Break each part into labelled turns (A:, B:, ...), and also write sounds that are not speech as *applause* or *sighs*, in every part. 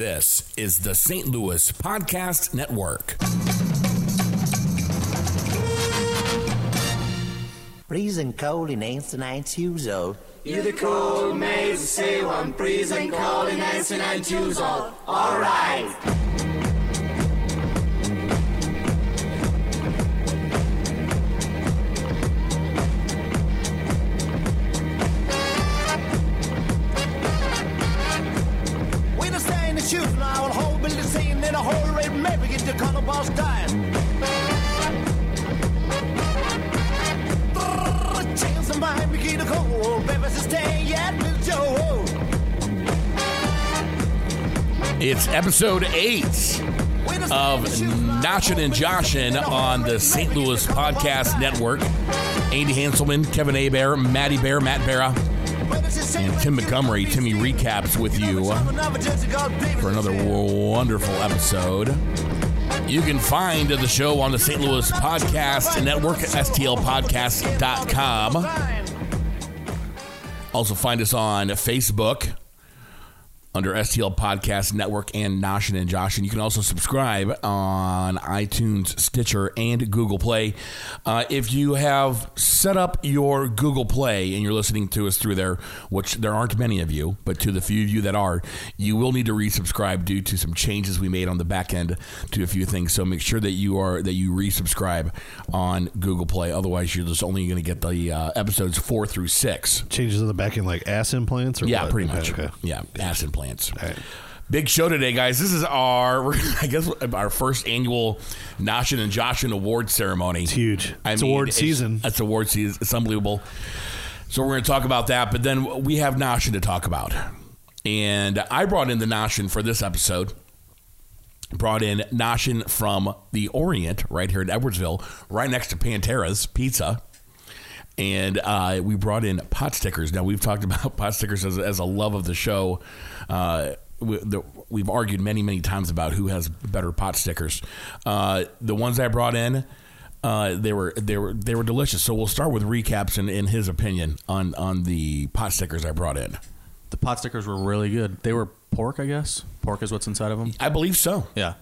A: This is the St. Louis Podcast Network.
B: Freezing cold in Anthony's shoes old.
C: You're the cold maze, say one freezing cold in Anthony's shoes old. All right.
D: When I stand and shoot, and I will hold Billy Zane in a whole red maybe get the color boss dying. Brrr, Chance of mine begin to cold, baby, sustain yet with Joe.
A: It's episode eight
D: When I stand
A: of
D: and shoot, and I will
A: Notchin' and
D: hold Billy Zane in
A: Joshin'
D: a whole
A: on
D: red
A: the St.
D: maybe get
A: Louis
D: the color boss
A: Podcast
D: dying.
A: Network. Andy Hanselman, Kevin Abear, Matty Bear, Matt Barra,
D: Baby, sustain
A: and
D: yet
A: Tim
D: with Joe.
A: Montgomery. Timmy recaps with you for another wonderful episode. You can find the show on the St. Louis Podcast Network at stlpodcast.com. Also find us on Facebook under STL Podcast Network and Noshin and Josh. And you can also subscribe on iTunes, Stitcher, and Google Play. Uh, if you have set up your Google Play and you're listening to us through there, which there aren't many of you, but to the few of you that are, you will need to resubscribe due to some changes we made on the back end to a few things. So make sure that you are that you resubscribe on Google Play. Otherwise, you're just only going to get the uh, episodes four through six.
E: changes in the back end, like ass implants, or
A: Yeah,
E: what?
A: pretty
E: Okay,
A: much.
E: Okay.
A: Yeah, ass implants.
E: All right.
A: Big show today, guys. This is our, *laughs* I guess, our first annual Noshin and Joshin award ceremony. It's
E: huge. It's award season.
A: It's award season. It's unbelievable. So we're going to talk about that, but then we have Noshin to talk about. And I brought in the Noshin for this episode. Brought in Noshin from the Orient, right here in Edwardsville, right next to Pantera's Pizza and uh, we brought in pot stickers. Now we've talked *laughs* about pot stickers as, as a love of the show. Uh, we, the, we've argued many, many times about who has better pot stickers. Uh, the ones I brought in, uh, they were they were they were delicious. So we'll start with recaps and in his opinion on on the pot stickers I brought in.
F: The pot stickers were really good. They were pork, I guess. Pork is what's inside of them.
A: I believe so.
F: Yeah,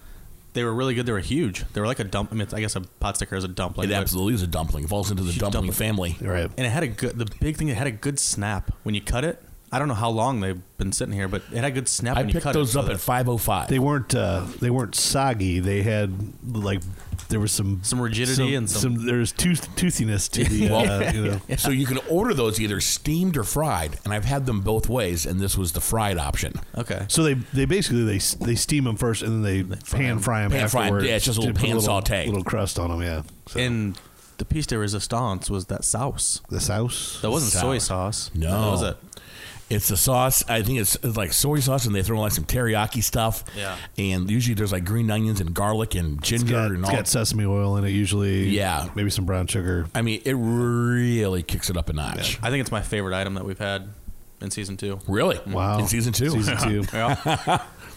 F: they were really good. They were huge. They were like a dump. I, mean, I guess a pot sticker is a dump. Like
A: It
F: but-
A: absolutely is a dumpling. It falls into the
F: Huge
A: dumpling,
F: dumpling.
A: family.
E: All right.
F: And it had a good. The big thing, it had a good snap when you cut it. I don't know how long they've been sitting here, but it had a good snap.
A: I
F: when you
A: picked
F: cut
A: those
F: it,
A: up at five oh five.
E: They weren't. Uh, they weren't soggy. They had like there was some
F: Some rigidity and some-
E: there's tooth, toothiness
A: *laughs*
E: to the. Uh, you know.
A: *laughs* So you can order those either steamed or fried, and I've had them both ways, and this was the fried option.
F: Okay.
E: So they they basically they they steam them first and then they pan fry them.
A: Pan fry 'em.
E: afterwards
A: Yeah, it's just a
E: to
A: little
E: put
A: pan saute.
E: little crust on them. Yeah, so,
F: And the piece de resistance was that sauce.
E: the sauce.
F: That wasn't soy
A: Sauce.
F: sauce.
A: No.
F: That was it.
A: It's the sauce. I think it's, it's like soy sauce, and they throw in like some teriyaki stuff.
F: Yeah.
A: And usually there's like green onions and garlic and ginger
E: It's got,
A: and
E: it's
A: all.
E: got sesame oil in it usually.
A: Yeah.
E: maybe some brown sugar.
A: I mean, it really kicks it up a notch.
F: I think it's my favorite item that we've had in season two.
A: Really?
E: Wow,
A: In season two.
E: season two.
A: *laughs*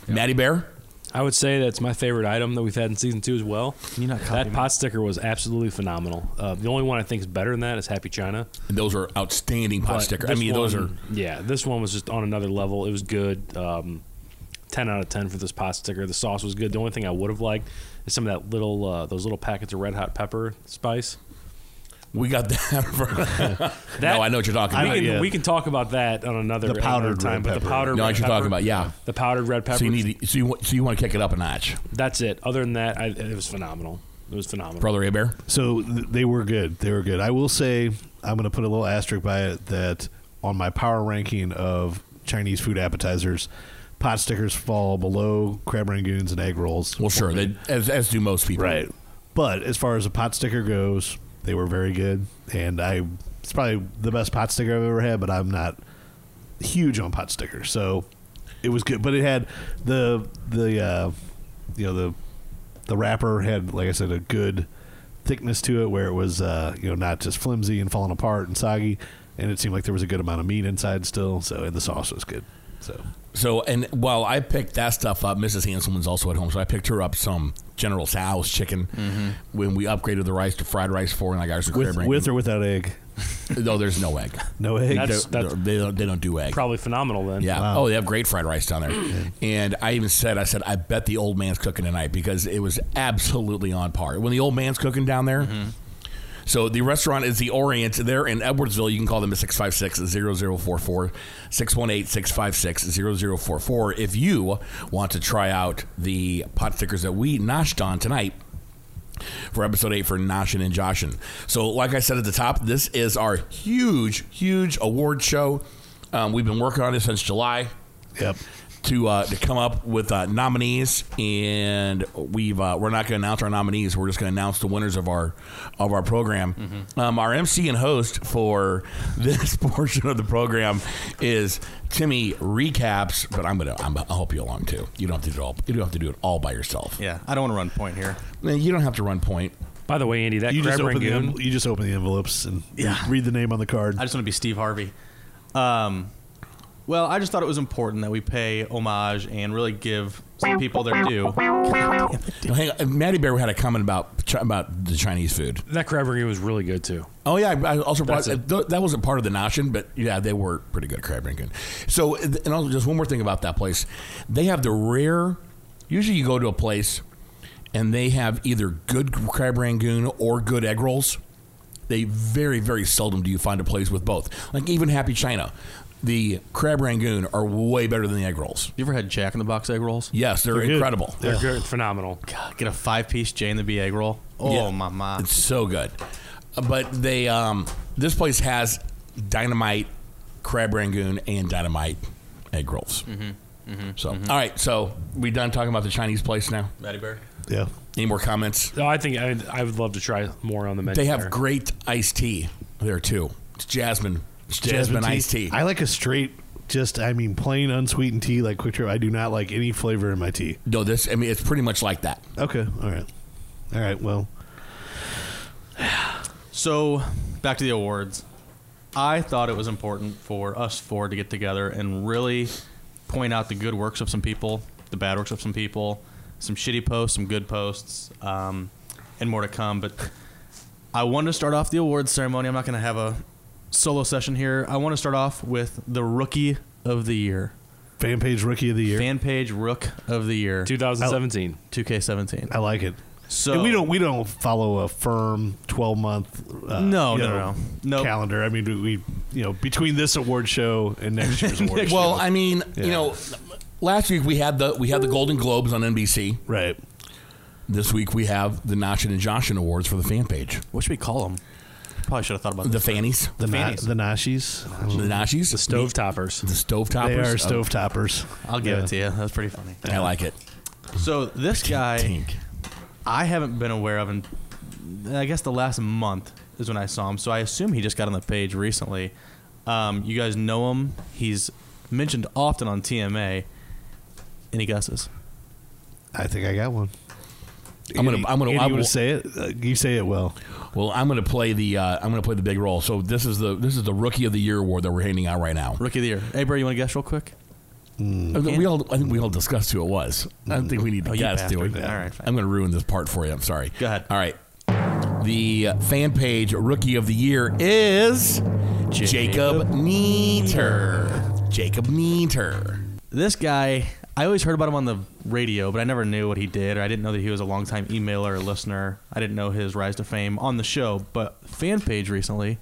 A: Matty Bear?
G: I would say that's my favorite item that we've had in season two as well.
F: you not copy
G: that
F: me?
G: pot sticker was absolutely phenomenal. Uh, the only one I think is better than that is Happy China.
A: Those are outstanding pot
G: But
A: stickers. I
G: this
A: mean, those are.
G: one- yeah. This one was just on another level. It was good. Um, ten out of ten for this pot sticker. The sauce was good. The only thing I would have liked is some of that little uh, those little packets of red hot pepper spice.
A: We got *laughs* that.
G: *laughs*
A: For,
G: That-
A: no, I know what you're talking
G: We
A: about.
G: can,
E: yeah.
G: we can talk about that on another
E: The
G: at another
E: powdered
G: time,
E: red
G: but the
E: pepper.
G: powdered
A: No, I know
G: red
A: what you're
G: pepper,
A: talking about. Yeah.
G: the powdered red pepper.
A: So you need. To, so you want. So you want to kick it up a notch,
G: that's it. Other than that, I, it was phenomenal. It was phenomenal.
A: brother Abear.
E: So th- they were good. They were good. I will say I'm going to put a little asterisk by it that on my power ranking of Chinese food appetizers, pot stickers fall below crab rangoons and egg rolls.
A: Well, sure. They, as as do most people.
E: Right. But as far as a pot sticker goes, they were very good, and I it's probably the best pot sticker I've ever had. But I'm not huge on pot stickers, so it was good. But it had the the uh, you know the the wrapper had like I said a good thickness to it, where it was uh, you know not just flimsy and falling apart and soggy, and it seemed like there was a good amount of meat inside still. So and the sauce was good. So
A: So, and while I picked that stuff up, Mrs. Hanselman's also at home, so I picked her up some General Sal's chicken when we upgraded the rice to fried rice for, and I got her some
E: with
A: crab
E: with or without egg.
A: no, there's no egg.
E: No egg.
G: That's-
A: They're- they're- they, don't, they don't do egg.
G: Probably phenomenal then.
A: Yeah. Oh, they have great fried rice down there. and I even said, I said, I bet the old man's cooking tonight because it was absolutely on par. When the old man's cooking down there, so the restaurant is the Orient. There in Edwardsville, you can call them at 656-0044, 618-656-0044. If you want to try out the pot stickers that we noshed on tonight, for episode eight for Noshin and Joshin. So, like I said at the top, this is our huge, huge award show. Um, we've been working on it since July
E: Yep.
A: to uh, to come up with uh, nominees, and we've uh, we're not going to announce our nominees. We're just going to announce the winners of our of our program. Um, our MC and host for this *laughs* portion of the program is Timmy recaps, but I'm gonna I'm, I'll help you along too. You don't have to do it all. You don't have to do it all by yourself.
F: Yeah, I don't want to run point here.
A: You don't have to run point.
G: By the way, Andy, that
E: You
G: crab
E: just, open the,
G: rangoon.
E: en- you just open the envelopes and re-
F: Yeah.
E: read the name on the card.
F: I just want to be Steve Harvey. Um, well, I just thought it was important that we pay homage and really give some people their due.
A: No, Hang on. Maddie Bear had a comment about chi- about the Chinese food.
G: that crab rangoon was really good too.
A: Oh yeah, I I also brought
G: That's it.
A: th- that wasn't part of the noshin, but yeah, they were pretty good at crab rangoon. So, and also just one more thing about that place, they have the rare. Usually, you go to a place and they have either good crab rangoon or good egg rolls. They very very seldom do you find a place with both. Like even Happy China, the crab rangoon are way better than the egg rolls.
F: You ever had Jack in the Box egg rolls?
A: Yes, they're,
E: good.
A: incredible.
G: They're good, phenomenal.
F: God, get a five piece J and the B egg roll. Oh
A: Yeah.
F: my my!
A: It's so good. But they um this place has dynamite crab rangoon and dynamite egg rolls. So all right, so we done talking about the Chinese place now.
F: Matty Bear.
E: yeah.
A: Any more comments?
G: No, I think I, I would love to try more on the menu.
A: They have
G: there.
A: great iced tea there too. It's jasmine, it's jasmine, iced tea.
E: I like a straight, just, I mean, plain unsweetened tea like Quick Trip. I do not like any flavor in my tea.
A: no, this I mean it's pretty much like that.
E: Okay. All right. All right. Well,
F: So, back to the awards. I thought it was important for us four to get together and really point out the good works of some people, the bad works of some people, some shitty posts, some good posts, um, and more to come. But I wanted to start off the awards ceremony. I'm not going to have a solo session here. I want to start off with the Rookie of the Year,
E: fan page rookie of the year.
F: Fan Page Rook of the Year,
G: 2017.
F: 2K17.
E: I like it.
F: So
E: And we don't we don't follow a firm twelve month uh,
F: No,
E: you
F: no,
E: know,
F: no, no.
E: calendar. I mean we, we you know between this award show and next
F: *laughs*
E: year's award show,
A: Well, I mean, you
E: Yeah.
A: know, last week we had the we had the Golden Globes on NBC.
E: right?
A: This week we have the Notchin and Joshin Awards for the fan page.
F: What should we call them? Probably should have thought about
A: The
F: this.
A: fannies,
E: The na-
F: fannies.
E: the nashis,
A: the Nashis,
G: The Stove Toppers.
A: The stove
E: they
A: toppers. Oh,
E: are stove toppers.
F: I'll give
E: Yeah.
F: it to you. That's pretty funny.
A: I like it.
F: So this guy,
A: Tink.
F: I haven't been aware of, and I guess the last month is when I saw him. So I assume he just got on the page recently. Um, you guys know him. He's mentioned often on TMA. Any guesses?
E: I think I got one.
A: I'm gonna-
E: Andy-
A: I'm gonna-
E: Andy,
A: I
E: you
A: will-
E: wanna say it. Uh, you say it well.
A: Well, I'm gonna play the uh, I'm gonna play the big role. So this is the this is the rookie of the year award that we're handing out right now. Uh,
F: Rookie of the year. Hey, bro, you want to guess real quick?
A: We all I think we all discussed who it was. I don't think we need to
F: Oh, you
A: guess, do we?
F: bastard. All right, fine.
A: I'm gonna ruin this part for you. I'm sorry.
F: Go ahead.
A: All right. The uh, fan page rookie of the year is Jacob Neater. Jacob Neater.
F: This guy, I always heard about him on the radio, but I never knew what he did, or I didn't know that he was a longtime emailer or listener. I didn't know his rise to fame on the show, but fan page recently.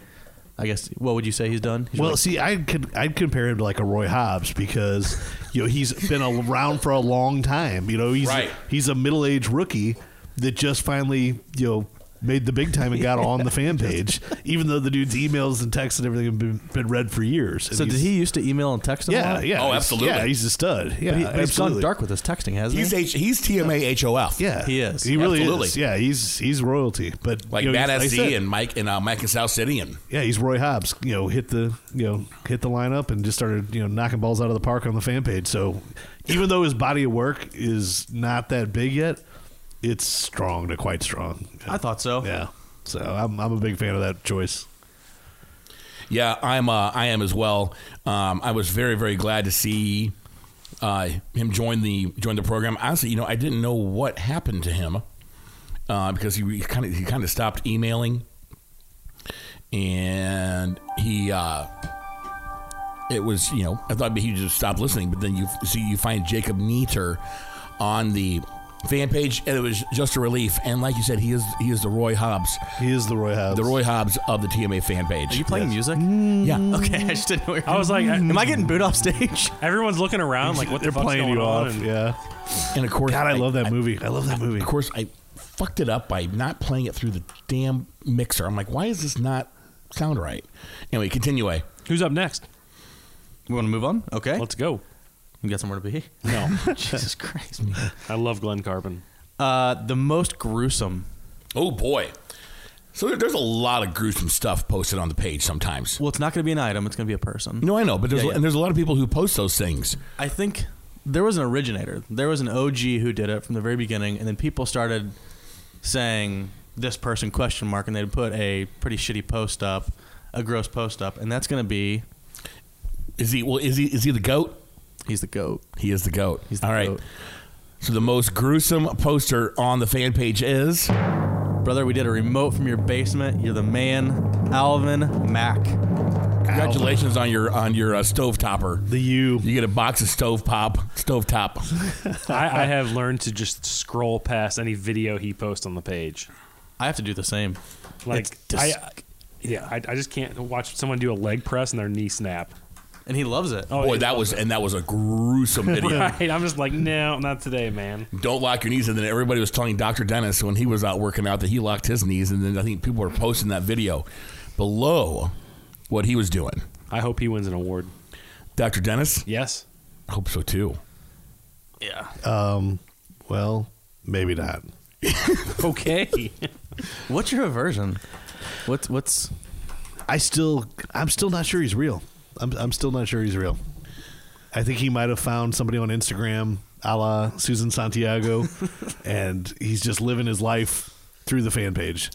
F: I guess what would you say he's done? He's
E: Well,
F: really-
E: see, I'd con- I'd compare him to like a Roy Hobbs because you know he's been around for a long time. You know he's
A: Right.
E: he's a middle aged rookie that just finally you know made the big time and got on
F: *laughs*
E: the fan page, even though the dude's emails and texts and everything have been, been read for years. And
F: So did
E: he's-
F: he used to email and text? Him a
E: Yeah,
F: lot?
E: yeah.
A: Oh,
E: he's-
A: absolutely.
E: Yeah, he's a stud. Yeah,
F: But, he, but he's gone
E: absolutely.
F: dark with his texting, hasn't
A: He's
F: he?
A: H- he's TMA HOF.
E: Yeah,
F: He is.
E: He really
A: Absolutely.
E: is. Yeah, he's he's royalty. But
A: Like
E: you know, he's-
A: Bad
E: I
A: SC
E: said-
A: and Mike and uh, Mike in South City and
E: yeah, he's Roy Hobbs. You know, hit the you know hit the lineup and just started you know knocking balls out of the park on the fan page. So even though his body of work is not that big yet, it's strong to quite strong.
F: I thought so.
E: Yeah. So I'm I'm a big fan of that choice.
A: Yeah, I'm. Uh, I am as well. Um, I was very, very glad to see uh, him join the join the program. Honestly, you know, I didn't know what happened to him uh, because he kind of he kind of stopped emailing and he uh it was you know I thought maybe he just stopped listening, but then you see you find Jacob Neater on the fan page, and it was just a relief. And like you said, he is he is the Roy Hobbs,
E: He is the Roy Hobbs.
A: the Roy Hobbs of the TMA fan page.
F: Are you playing music?
E: Mm.
A: yeah,
F: Okay, *laughs* I just didn't know. What you were
G: I was like, I-
F: am I getting booed off stage? *laughs*
G: Everyone's looking around like, what the
E: They're
G: fuck's
E: playing
G: going
E: you
G: on?
E: off.
G: And
E: Yeah.
A: and of course,
E: God, I love that movie. I love that movie.
A: Of course, I fucked it up by not playing it through the damn mixer. I'm like, why is this not sound right? Anyway, continue. away.
G: Who's up next?
F: We want to move on. Okay,
G: Let's go.
F: you got somewhere to be. *laughs*
G: No,
F: Jesus Christ.
G: I love Glenn Carbon.
F: Uh, the most gruesome.
A: Oh boy. So there- there's a lot of gruesome stuff posted on the page sometimes.
F: Well, it's not going to be an item. It's going to be a person.
A: No, I know, but there's
F: Yeah, yeah.
A: and there's a lot of people who post those things.
F: I think there was an originator. There was an OG who did it from the very beginning, and then people started saying this person question mark, and they'd put a pretty shitty post up, a gross post up, and that's going to be
A: Is he well? Is he is he the goat?
F: he's the goat.
A: He is the goat.
F: He's the
A: All right.
F: goat.
A: So the most gruesome poster on the fan page is
F: Brother, we did a remote from your basement. You're the man, Alvin Mack.
A: congratulations on your on your uh, stove topper.
E: The you.
A: You get a box of stove pop, stove top.
G: I, I have learned to just scroll past any video he posts on the page.
F: I have to do the same.
G: Like
F: It's dis-
G: I, yeah, I, I just can't watch someone do a leg press and their knee snap.
F: and he loves it.
G: Oh,
A: Boy,
G: it-
A: that was and that was a gruesome video.
G: *laughs* right. I'm just like, no, not today, man.
A: don't lock your knees. And then everybody was telling Dr. Dennis when he was out working out that he locked his knees. And then I think people were posting that video below what he was doing.
G: I hope he wins an award.
A: Dr. Dennis?
G: Yes.
A: I hope so too.
F: Yeah.
E: Um, well, maybe not. *laughs*
G: Okay.
F: What's your aversion? What's what's
E: I still, I'm still not sure he's real. I'm, I'm still not sure he's real. I think he might have found somebody on Instagram, a la Susan
F: *laughs*
E: Santiago, and he's just living his life through the fan page.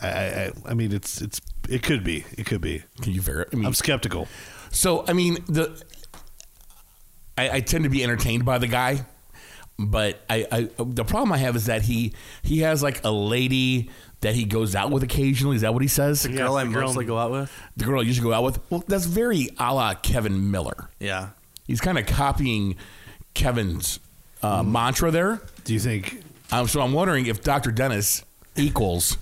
E: I, I, I- I mean, it's, it's, it could be, it could be.
F: Hmm.
A: Can you verify? I mean,
E: I'm skeptical.
A: so, I mean, the I, I tend to be entertained by the guy, but I, I the problem I have is that he he has like a lady that he goes out with occasionally. Is that what he says?
G: Yeah,
F: girl
G: it's
F: I
G: the girl-
F: mostly go out with?
A: The girl I usually go out with. Well, that's very a la Kevin Miller.
F: Yeah.
A: He's kind of copying Kevin's uh, mantra there.
E: Do you think
A: Um, so I'm wondering if Dr. Dennis equals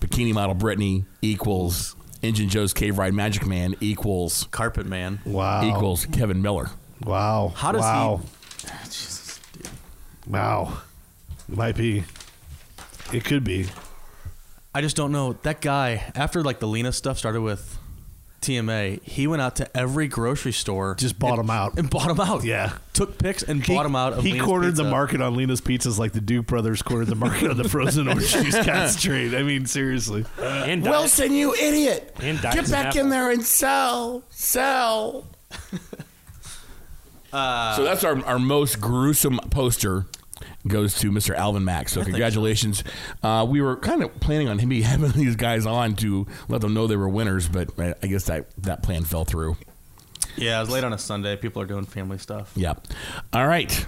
A: bikini model Brittany equals Engine Joe's Cave Ride Magic Man equals
F: Carpet man.
E: Wow.
A: equals Kevin Miller.
E: Wow.
F: How does he-
E: wow.
F: *sighs*
E: Wow. Might be. It could be.
F: I just don't know. That guy, after like the Lena stuff started with TMA, he went out to every grocery store
E: Just bought him out.
F: and bought them out.
E: Yeah.
F: Took pics and bought them out. Of
E: he
F: Lena's
E: cornered the
F: Pizza.
E: market on Lena's pizzas like the Duke brothers cornered the market on the frozen orange juice concentrate. I mean, seriously.
G: and
A: Wilson, you idiot!
G: And Get Dyson back in Apple.
A: there and sell,
E: *laughs*
A: sell.
E: Uh,
A: so that's our, our most gruesome poster goes to Mr. Alvin Mack.
E: *laughs*
A: So congratulations. Uh, we were kind of planning on him *laughs* be having these guys on to let them know they were winners, but I I guess that, that plan fell through.
F: Yeah, it was late on a Sunday. People are doing family stuff.
A: Yeah. All right.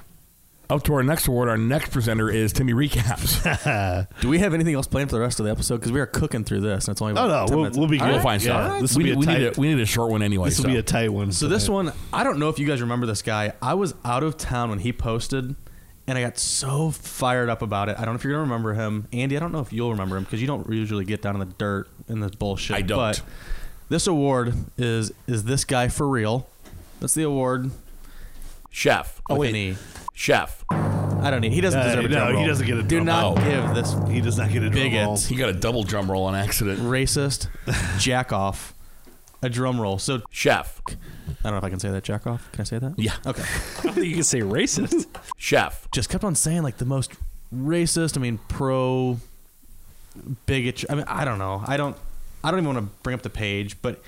A: Up to our next award. Our next presenter is Timmy
E: *laughs*
A: Recaps.
F: Do we have anything else planned for the rest of the episode? Because we are cooking through this, and it's only
E: Oh,
F: about
E: no.
F: 10
E: We'll,
F: minutes.
E: we'll be
A: we'll
E: good.
A: find
E: Yeah,
A: some.
E: This will
A: we,
E: be a
A: we
E: tight,
A: need a, we need a short one anyway.
E: this will
A: so.
E: be a tight one.
F: So this one, I don't know if you guys remember this guy. I was out of town when he posted, and I got so fired up about it. I don't know if you're gonna remember him, Andy. I don't know if you'll remember him because you don't usually get down in the dirt in this bullshit.
A: I don't.
F: But this award is is this guy for real? That's the award.
A: chef. Oh
F: with
A: wait,
F: an E.
A: chef.
F: I don't need. He doesn't
E: Uh,
F: deserve a
E: no,
F: drum
E: he
F: roll.
E: doesn't get a
F: Do
E: drum
F: not
A: roll.
F: give this
E: He does not get a drum
F: Bigot.
E: roll.
A: He got a double drum roll on accident.
F: racist jack off a drum roll. So
A: Chef.
F: I don't know if I can say that jack off. Can I say that?
A: Yeah.
F: Okay.
G: I don't think *laughs* you can say racist.
A: Chef.
F: just kept on saying like the most racist. I mean, pro bigotry. I mean, I don't know. I don't. I don't even want to bring up the page, but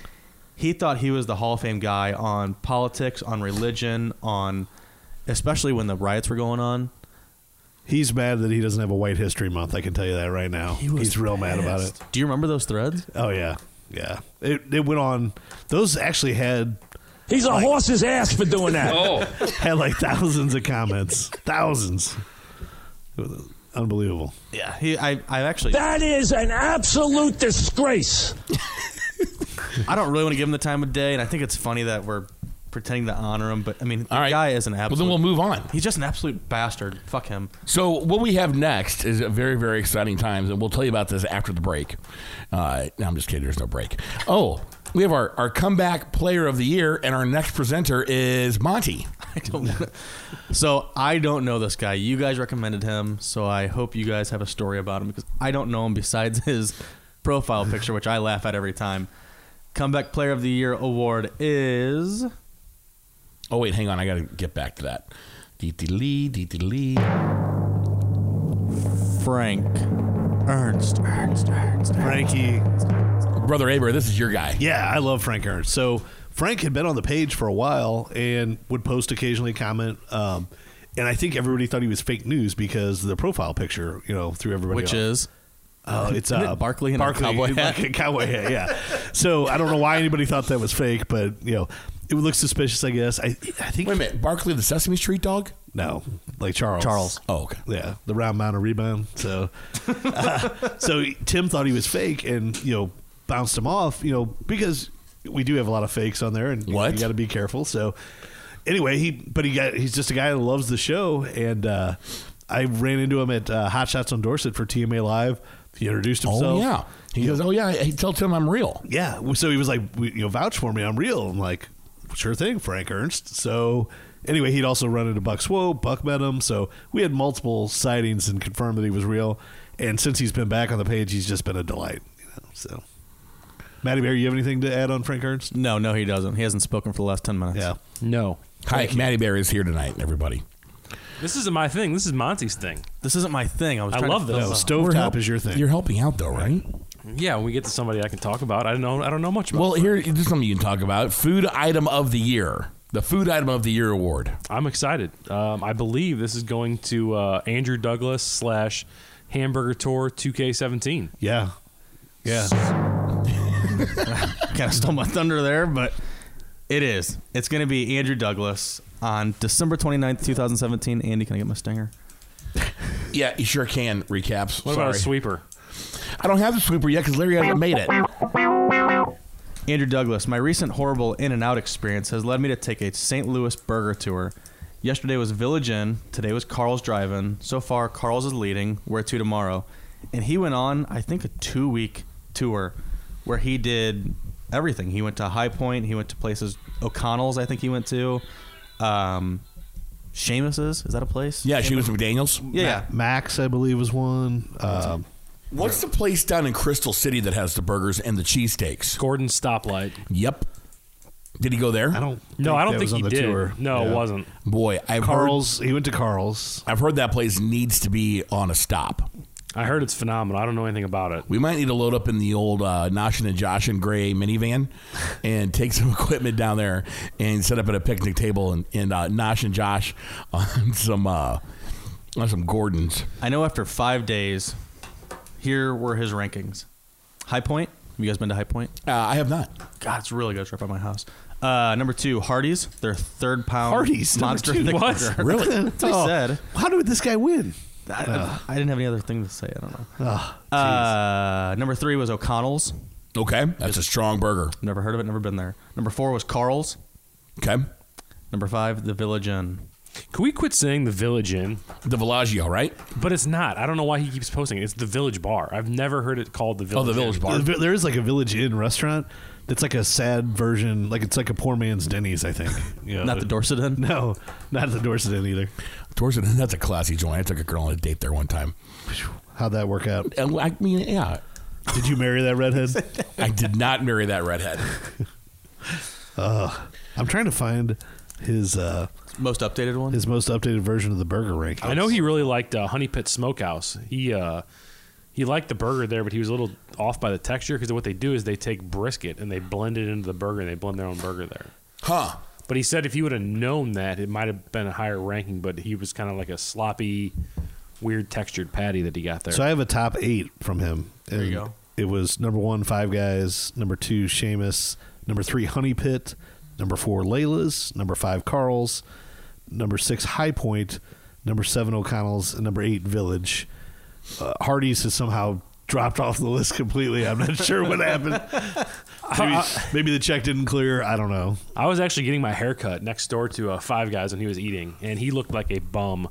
F: he thought he was the Hall of Fame guy on politics, on religion, on especially when the riots were going on.
E: He's mad that he doesn't have a white history month. I can tell you that right now. He's real mad about it.
F: Do you remember those threads?
E: Oh yeah, yeah. It it went on. Those actually had
H: He's a horse's ass
E: *laughs*
H: for doing that.
E: had like thousands of comments, thousands. Unbelievable.
F: Yeah, he, I, I *laughs* actually,
H: That is an absolute disgrace.
F: I don't really want to give him the time of day, and I think it's funny that we're pretending to honor him. But I mean, the
A: All right.
F: guy is an
A: Well,
F: absolute.
A: then we'll move on.
F: He's just an absolute bastard. Fuck him.
A: So what we have next is a very very exciting times, and we'll tell you about this after the break. Uh, no, I'm just kidding. There's no break. Oh, we have our our comeback player of the year, and our next presenter is Monty.
F: *laughs* I don't. so I don't know this guy. You guys recommended him, so I hope you guys have a story about him because I don't know him besides *laughs* his profile picture, which I laugh at every time. Comeback Player of the Year award is
A: Oh wait, hang on. I got to get back to that. Dee-dee-lee, dee-dee-lee.
F: Frank Ernst. Ernst. Ernst.
E: Frankie.
A: Brother Aber, this is your guy.
E: Yeah, I love Frank Ernst. So Frank had been on the page for a while and would post occasionally, comment, um, and I think everybody thought he was fake news because the profile picture, you know, threw everybody.
F: Which
E: off.
F: is *laughs*
E: Oh, it's
F: Isn't
E: uh,
F: it Barkley in a
E: Barkley
F: cowboy
E: in,
F: hat?
E: like a *laughs* cowboy hat, yeah. so I don't know why anybody thought that was fake, but you know, it would look suspicious. I guess. I, I think.
A: Wait a minute, Barkley the Sesame Street dog.
E: No, like Charles.
F: Charles.
A: Oh, okay.
E: Yeah, the round mound of rebound. So,
A: *laughs*
E: uh, so Tim thought he was fake, and you know, bounced him off. You know, because we do have a lot of fakes on there, and you know,
A: What?
E: you got to be careful. So, anyway, he but he got he's just a guy that loves the show, and uh, I ran into him at uh, Hot Shots on Dorset for TMA Live. He introduced
A: Oh
E: himself.
A: yeah. He goes, oh yeah. He tells him I'm real.
E: yeah. well, So he was like, we- you know, vouch for me. I'm real. I'm like, sure thing, Frank Ernst. So anyway, he'd also run into Buck Swope. Buck met him. So we had multiple sightings and confirmed that he was real. And since he's been back on the page, he's just been a delight. You know, so, Matty Bear, you have anything to add on Frank Ernst?
F: no, no, he doesn't. He hasn't spoken for the last ten minutes.
E: Yeah.
G: No.
A: Hi, Matty Bear is here tonight, everybody.
G: This isn't my thing. This is Monty's thing.
F: this isn't my thing. I was.
G: I
F: trying
G: love
F: to,
G: this.
E: No,
G: Uh,
A: We're
E: Stovetop
A: help-
E: is your thing.
A: You're helping out though, right?
G: Yeah, when we get to somebody I can talk about. I don't know. I don't know much about.
A: Well, here, there's something you can talk about. Food item of the year. The food item of the year award.
G: I'm excited. Um, I believe this is going to uh, Andrew Douglas slash Hamburger Tour 2K17.
E: yeah. Yeah.
F: kind of stole my thunder there, but it is. It's going to be Andrew Douglas on December 29th, 2017. Andy, can I get my stinger?
A: Yeah, you sure can. Recaps.
G: What
A: Sorry.
G: about a sweeper?
A: I don't have the sweeper yet because Larry hasn't made it.
F: Andrew Douglas, my recent horrible In and Out experience has led me to take a St. Louis burger tour. Yesterday was Village Inn, today was Carl's Drive In. So far, Carl's is leading. Where to tomorrow? And he went on, I think, a two week tour where he did everything. He went to High Point, he went to places, O'Connell's, I think he went to. Um, Seamus's? Is that a place?
A: Yeah, she was McDaniels.
F: Yeah, yeah.
E: Max, I believe, was one. Um,
A: What's the place down in Crystal City that has the burgers and the cheesesteaks?
G: Gordon Stoplight.
A: Yep. Did he go there?
E: I don't.
G: No, I don't
E: that
G: think
E: was on
G: he
E: the
G: did.
E: tour.
G: No,
E: Yeah.
G: it wasn't.
A: Boy, I've
E: Carl's. He went to Carl's.
A: heard I've heard that place needs to be on a stop.
G: I heard it's phenomenal. I don't know anything about it.
A: We might need to load up in the old uh, Noshin and Josh and Gray minivan and take some *laughs* equipment down there and set up at a picnic table and, and uh, Nosh and Josh on *laughs* some uh, on some Gordons.
F: I know after five days, here were his rankings. High Point. Have you guys been to High Point?
A: Uh, I have not.
F: God, it's really good. It's right by my house. Uh, number two, Hardee's. Their third pound
E: Hardee's, number
F: monster
E: two.
F: thick
G: What?
F: burger.
A: Really?
E: *laughs*
F: That's what I said.
E: Oh, How did this guy win?
F: I, I didn't have any other thing to say. I don't know.
E: Oh,
F: Uh, number three was O'Connell's.
A: Okay, that's a strong burger.
F: Never heard of it. Never been there. Number four was Carl's.
A: Okay,
F: Number five, the Village Inn.
G: Can we quit saying the Village Inn?
A: the Villaggio, right?
G: But it's not. I don't know why he keeps posting it. It's the Village Bar. I've never heard it called the Village.
A: Oh, the Village
G: Inn.
A: Bar.
E: There- There is like a Village Inn restaurant that's like a sad version, like it's like a poor man's Denny's, I think. *laughs* Yeah.
F: Not the Dorset Inn.
E: No, not the Dorset Inn either.
A: Torsen, that's a classy joint. I took a girl on a date there one time.
E: How'd that work out?
A: And I mean, yeah,
E: Did you marry that redhead?
F: *laughs*
A: I did not marry that redhead.
E: I'm trying to find his uh
F: Most updated one.
E: his *laughs* most updated version of the burger rank.
G: I know he really liked uh, Honey Pit Smokehouse. He uh, he liked the burger there, but he was a little off by the texture because what they do is they take brisket and they blend it into the burger and they blend their own burger there.
A: Huh?
G: But he said if he would have known that, it might have been a higher ranking. But he was kind of like a sloppy, weird textured patty that he got there.
E: So I have a top eight from him. There
F: you go.
E: It was number one, Five Guys. Number two, Seamus. Number three, Honey Pit. Number four, Layla's. Number five, Carl's. Number six, High Point. Number seven, O'Connell's. And number eight, Village. uh, Hardee's has somehow dropped off the list completely. I'm not sure what happened. Maybe, maybe the check didn't clear. I don't know.
G: I was actually getting my hair cut next door to uh, Five Guys when he was eating, and he looked like a bum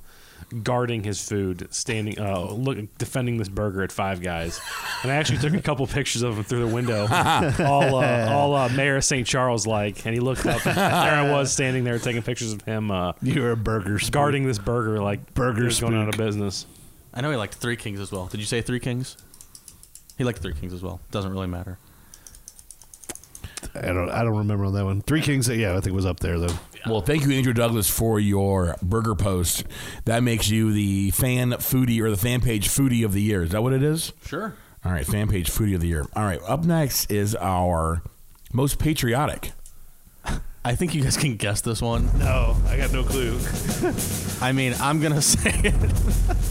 G: guarding his food, standing, uh, look, defending this burger at Five Guys. And I actually took a couple pictures of him through the window,
E: *laughs*
G: all, uh, all uh, Mayor of St. Charles like, and he looked up, and there I was standing there taking pictures of him uh,
E: You're a burger spook.
G: guarding this burger like
E: Burger
G: it was going out of
E: spook.
G: business.
F: I know he liked Three Kings as well. Did you say Three Kings? He liked Three Kings as well. Doesn't really matter.
E: I don't. I don't remember on that one. Three Kings. Yeah, I think it was up there though.
A: Well, thank you, Andrew Douglas, for your burger post. That makes you the fan foodie or the fan page foodie of the year. Is that what it is?
F: Sure.
A: All right, fan page foodie of the year. All right, up next is our most patriotic.
F: I think you guys can guess this one.
E: No, Oh, I got no clue.
F: I mean, I'm gonna *laughs* say it.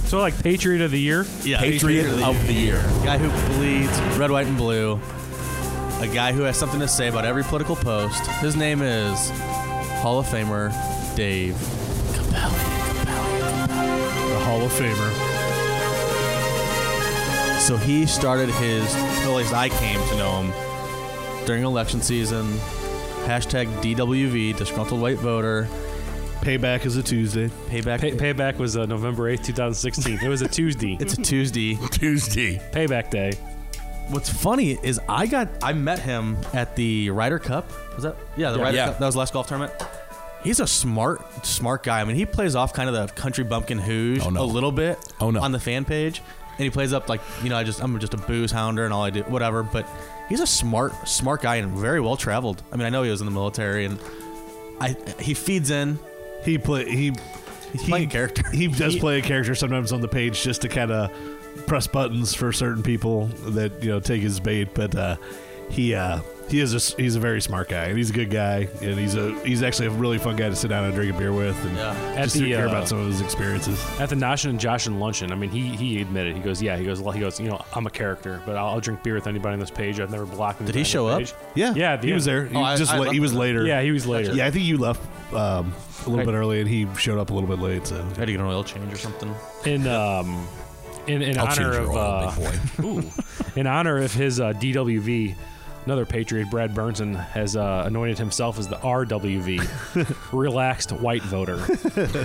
G: So, like, Patriot of the Year?
F: Yeah,
A: Patriot of the year.
F: guy who bleeds red, white, and blue. A guy who has something to say about every political post. His name is Hall of Famer Dave
E: The Hall of Famer.
F: So he started his, at least I came to know him during election season. Hashtag DWV, disgruntled white voter.
E: Payback is a Tuesday.
F: Payback.
G: Pay- payback was uh, November 8th, 2016. It was a Tuesday,
F: it's a Tuesday.
A: Tuesday.
G: payback day.
F: What's funny is I got I met him at the Ryder Cup. Was that yeah the Ryder
A: Yeah.
F: Cup? That was the last golf tournament. He's a smart smart guy. I mean, he plays off kind of the country bumpkin hooge
A: Oh, no.
F: a little bit.
A: Oh, no.
F: on the fan page, and he plays up like you know I just I'm just a booze hounder and all I do whatever. But he's a smart smart guy and very well traveled. I mean, I know he was in the military and I he feeds in.
E: He play. He
F: He's playing a character.
E: He does play a character sometimes on the page just to kind of press buttons for certain people that you know take his bait. But uh, he uh, he is a, s- he's a very smart guy and he's a good guy and he's a he's actually a really fun guy to sit down and drink a beer with and
F: Yeah.
G: At
E: just to
G: the,
E: hear
G: uh,
E: about some of his experiences.
G: At the Nosh and Josh and luncheon, I mean, he he admitted. He goes, yeah. He goes, well, he goes. You know, I'm a character, but I'll, I'll drink beer with anybody on this page. I've never blocked.
F: Did he show up?
E: Yeah,
G: Yeah, at the
E: he
G: end.
E: was there. He
F: Oh, I-
E: was just
F: I
E: la-
F: left
E: he was
F: it.
E: later.
G: Yeah, he was later.
E: yeah. I think you left um, a little
G: Right.
E: bit early and he showed up a little bit late. So
F: Had to get an oil change or something.
G: In um, in in
A: I'll
G: honor
A: change your
G: of
A: oil,
G: uh,
A: big boy.
G: ooh, *laughs* in honor of his uh, DWV. Another patriot, Brad Burnson, has uh, anointed himself as
E: *laughs*
G: the RWV, relaxed white voter.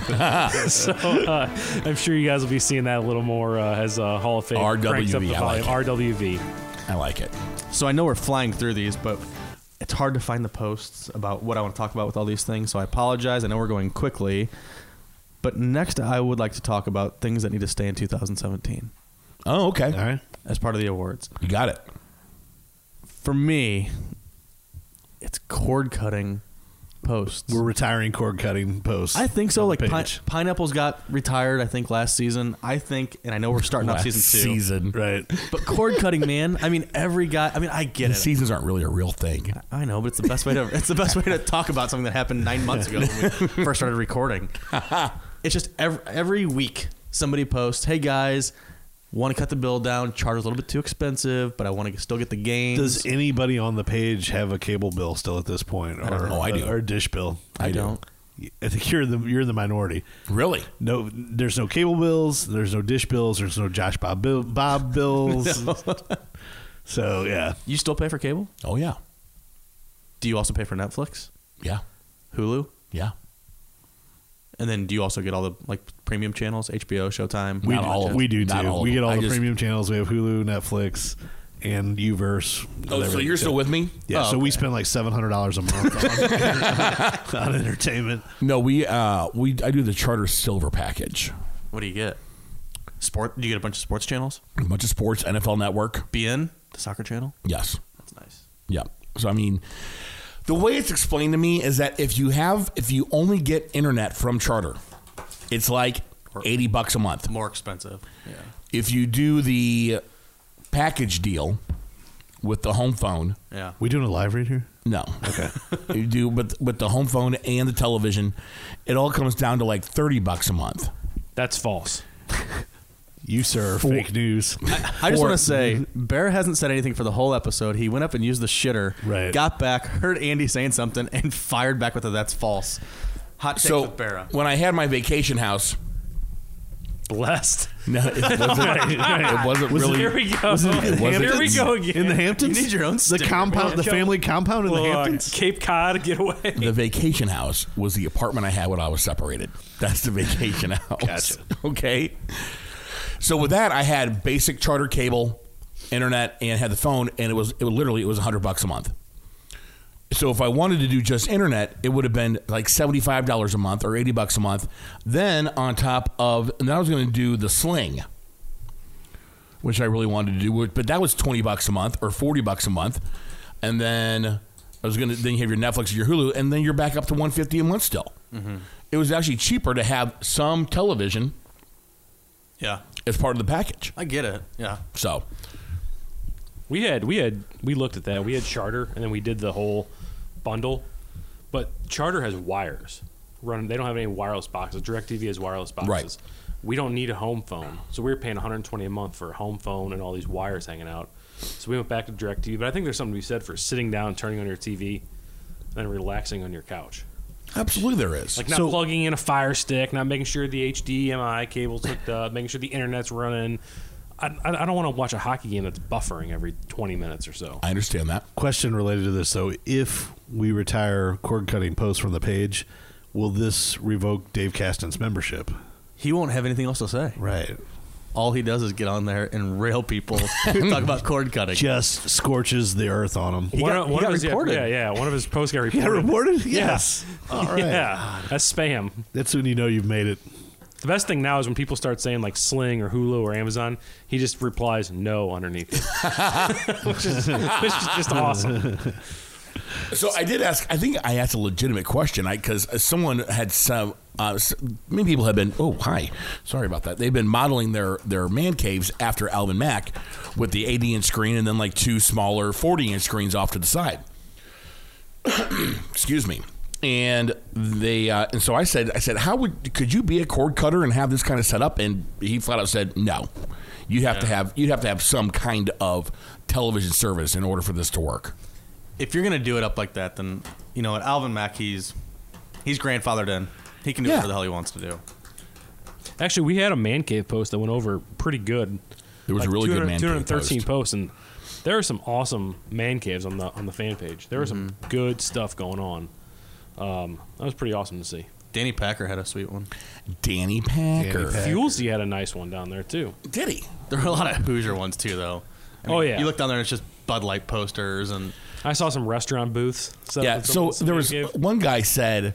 G: *laughs* so uh, I'm sure you guys will be seeing that a little more uh, as uh, Hall of Fame cranks up the
A: RWV, I
G: volume.
A: like
G: RWV.
A: I like it.
F: So I know we're flying through these, but it's hard to find the posts about what I want to talk about with all these things. So I apologize. I know we're going quickly. But next, I would like to talk about things that need to stay in 2017
A: Oh, okay.
E: all right,
F: as part of the awards.
A: You got it.
F: For me, it's cord cutting posts.
E: we're retiring cord cutting posts.
F: I think so.
E: on
F: Like
E: the
F: pine-
E: page.
F: pineapples got retired, I think last season. I think, and I know we're starting off
A: Last
F: season two.
A: Season.
E: right.
F: But cord cutting, man. I mean, every guy. I mean, I get
A: The
F: it.
A: seasons aren't really a real thing.
F: I know, but it's the best way to it's the best way to talk about something that happened nine months ago when *laughs* we first started recording. It's just every, every week somebody posts, "Hey guys, want to cut the bill down? Charter's a little bit too expensive, but I want to still get the games."
E: Does anybody on the page have a cable bill still at this point? Or,
F: I don't
A: know. I do.
E: Or a dish bill?
F: I
A: do.
F: don't.
E: I think you're the you're the minority.
A: Really?
E: No, there's no cable bills. There's no dish bills. There's no Josh Bob bill,
A: *laughs*
E: Bob bills. So yeah,
F: You still pay for cable?
A: Oh yeah,
F: Do you also pay for Netflix,
A: yeah,
F: Hulu,
A: yeah.
F: and then do you also get all the like premium channels, HBO, Showtime?
A: Not all of
E: we do
A: Not all
E: too.
A: of
E: We
A: them.
E: get all
A: I
E: the
A: just-
E: premium channels. We have Hulu, Netflix, and UVerse.
A: Oh, so
E: whatever.
A: you're still with me?
E: Yeah,
F: Oh,
E: so we spend like seven hundred dollars a month on, *laughs* on entertainment.
A: No, we uh we I do the Charter Silver package.
F: What do you get? Sport? Do you get a bunch of sports channels?
A: A bunch of sports, NFL Network.
F: BN, the soccer channel.
A: Yes.
F: That's nice.
A: Yeah. So I mean, the way it's explained to me is that if you have if you only get internet from Charter, it's like eighty bucks a month.
F: More expensive. Yeah.
A: If you do the package deal with the home phone,
F: Yeah.
E: We doing a live read here?
A: no. Okay. *laughs* you do with with the home phone and the television, it all comes down to like thirty bucks a month.
G: That's false.
E: You sir, are fake
A: *laughs*
E: news.
F: I just want to say, Bear hasn't said anything for the whole episode. He went up and used the shitter,
E: Right.
F: got back, heard Andy saying something, and fired back with a "That's false." Hot take
A: so
F: with Bear.
A: when I had my vacation house,
G: blessed.
A: No, *laughs* it wasn't,
E: *laughs*
A: it wasn't
E: Was it-
A: really.
G: Here we go.
E: Was it in the
G: Here we
E: Hamptons?
G: go again.
E: In the Hamptons?
F: You need your own
E: The
F: sticker,
E: compound,
G: man.
E: the family compound in the
G: Look,
E: Hamptons?
G: Cape Cod, get away.
A: the vacation house was the apartment I had when I was separated. That's the vacation *laughs* house.
E: Gotcha.
A: Okay. So with that, I had basic charter cable, internet, and had the phone, and it was it was literally it was hundred bucks a month. So if I wanted to do just internet, it would have been like seventy five dollars a month or eighty bucks a month. Then on top of, and then I was going to do the Sling, which I really wanted to do, which- but that was twenty bucks a month or forty bucks a month, and then I was going to then you have your Netflix, your Hulu, and then you're back up to one fifty a month still. It was actually cheaper to have some television
F: Yeah,
A: as part of the package.
F: I get it. Yeah,
A: So
G: We had we had we looked at that. We had charter, and then we did the whole bundle. But charter has wires. Running, they don't have any wireless boxes. Directv has wireless boxes.
A: Right.
G: We don't need a home phone, so we were paying 120 a month for a home phone and all these wires hanging out. So we went back to directv. But I think there's something to be said for sitting down, turning on your TV, and then relaxing on your couch.
A: absolutely, there is.
G: Like not
E: So-
G: plugging in a Fire Stick, not making sure the HDMI cable's hooked up, making sure the internet's running. I, I, I don't want to watch a hockey game that's buffering every 20 minutes or so.
A: I understand that.
E: *laughs* Question related to this, though. If we retire cord cutting posts from the page, will this revoke Dave Caston's membership?
F: he won't have anything else to say.
E: Right.
F: All he does is get on there and rail people. talk about cord cutting.
E: Just scorches the earth on him.
G: one
F: got-
G: of,
F: he
G: one
F: got
G: of his, yeah,
F: reported.
G: Yeah, yeah, One of his posts got reported.
E: reported?
G: Yes.
E: All *laughs* right.
G: Yeah, that's spam.
E: That's when you know you've made it.
G: The best thing now is when people start saying like Sling or Hulu or Amazon, he just replies no underneath *laughs* it, which, is, which is just awesome.
A: So I did ask. I think I asked a legitimate question. I because someone had some. Uh, s- many people have been. Oh, hi. Sorry about that. They've been modeling their their man caves after Alvin Mack with the 80 inch screen and then like two smaller 40 inch screens off to the side. *clears throat* Excuse me. And they uh, and so I said I said how would could you be a cord cutter and have this kind of setup? And he flat out said no. You have to have you would have to have some kind of television service in order for this to work.
F: if you're gonna do it up like that, then you know at Alvin Mack, he's he's grandfathered in. He can do
A: Yeah.
F: whatever the hell he wants to do.
G: Actually, we had a man cave post that went over pretty good.
A: There was a really good man cave
G: 213
A: post.
G: posts, and there are some awesome man caves on the on the fan page. There was some good stuff going on. Um, that was pretty awesome to see.
F: Danny Packer had a sweet one.
A: Danny Packer.
G: Fuelsy had a nice one down there too.
A: Did he?
F: There were a lot of Hoosier ones too, though. I
G: Oh, yeah.
F: you look down there and it's just Bud Light posters and
G: I saw some restaurant booths. set up
A: Yeah.
G: with
A: So
G: some- some
A: there
G: man
A: was
G: cave.
A: one guy said,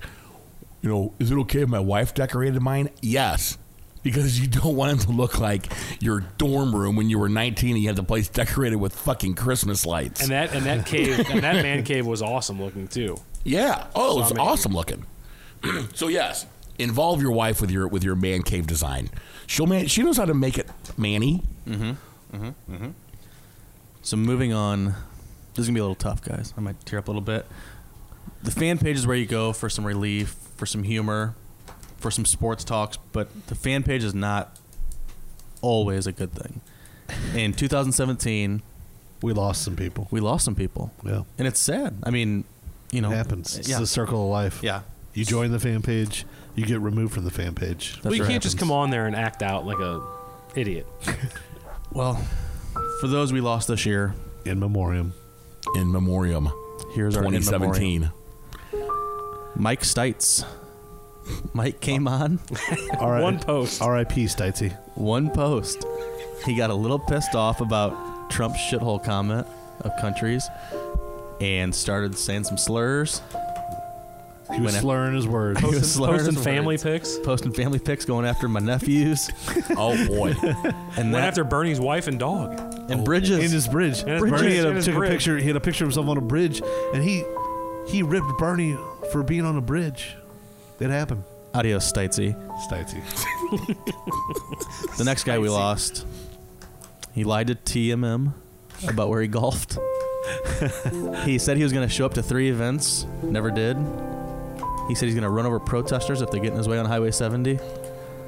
A: you know, is it okay if my wife decorated mine? Yes. Because you don't want him to look like your dorm room when you were 19 and you had the place decorated with fucking Christmas lights.
G: And that and that cave and that man cave was awesome looking too.
A: yeah. Oh, it was
G: So, I mean-
A: awesome looking. *clears throat* so yes, involve your wife with your with your man cave design. She'll man. She knows how to make it manny.
F: so. Moving on, this is gonna be a little tough, guys. I might tear up a little bit. The fan page is where you go for some relief, for some humor, for some sports talks, but the fan page is not always a good thing. In 2017,
E: We lost some people.
F: we lost some people.
E: Yeah.
F: And it's sad. I mean, you know,
E: It happens. It's
F: Yeah,
E: the circle of life.
F: yeah.
E: You join the fan page, you get removed from the fan page.
G: Well, you
F: what
G: can't just
F: happens.
G: come on there and act out like a idiot.
F: Well, for those we lost this year,
E: In *laughs* memoriam.
A: In memoriam,
F: here's our in memoriam.
A: 2017.
F: Mike Stites. Mike came on
E: All right.
G: One post.
E: R.I.P. Stitzy.
F: one post. He got a little pissed off about Trump's shithole comment of countries and started saying some slurs. *laughs*
E: He was
F: When I-
E: slurring his words.
F: He was slurring
G: Posting
F: his
G: family
F: words.
G: pics.
F: Posting family pics, going after my nephews,
A: Oh boy.
F: and
G: Went
F: that,
G: after Bernie's wife and dog.
F: and bridges.
E: in his bridge.
G: his
E: Bernie
G: bridge.
E: had a,
G: In his
E: took
G: bridge.
E: a picture. He had a picture of himself on a bridge, and he he ripped Bernie for being on a bridge. It happened.
F: Adios, Stitesy.
E: Stitzy.
F: *laughs* The next guy we lost, he lied to TMM about where he *laughs* golfed. he said he was going to show up to three events, never did. He said he's going to run over protesters if they get in his way on Highway 70.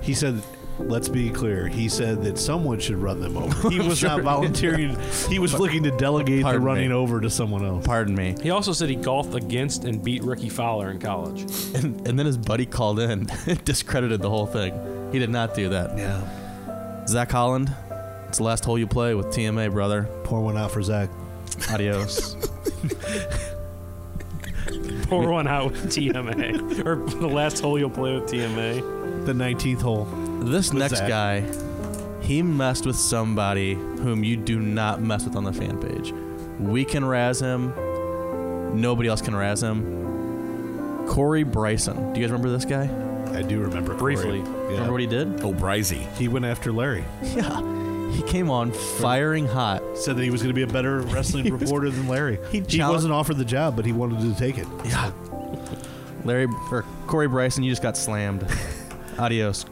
E: He said, "Let's be clear." He said that someone should run them over. *laughs* He was not volunteering. *laughs* He was looking to delegate the
F: Pardon me.
E: running over to someone else.
F: Pardon me.
G: He also said he golfed against and beat Ricky Fowler in college.
F: And, and then his buddy called in and *laughs* discredited the whole thing. He did not do that.
E: Yeah.
F: Zach Holland, it's the last hole you play with TMA, brother.
E: Pour one out for Zach.
F: *laughs* Adios.
G: Pour one out with TMA. or the last hole you'll play with TMA.
E: The 19th hole.
F: this next
E: Zach.
F: guy, he messed with somebody whom you do not mess with on the fan page. We can razz him. Nobody else can razz him. Corey Bryson. Do you guys remember this guy?
E: I do remember. Corey.
G: Briefly.
F: Remember
E: Yeah.
F: what
A: *laughs*
F: he did?
A: Oh, Brizey.
E: He went after Larry.
F: Yeah. He came on firing hot.
E: Said that *laughs* he was going to be a better wrestling reporter than Larry.
F: He
E: He,
F: challenged-
E: wasn't offered the job, but he wanted to take it.
F: Yeah. Larry or Corey Bryson, you just got slammed. Adios.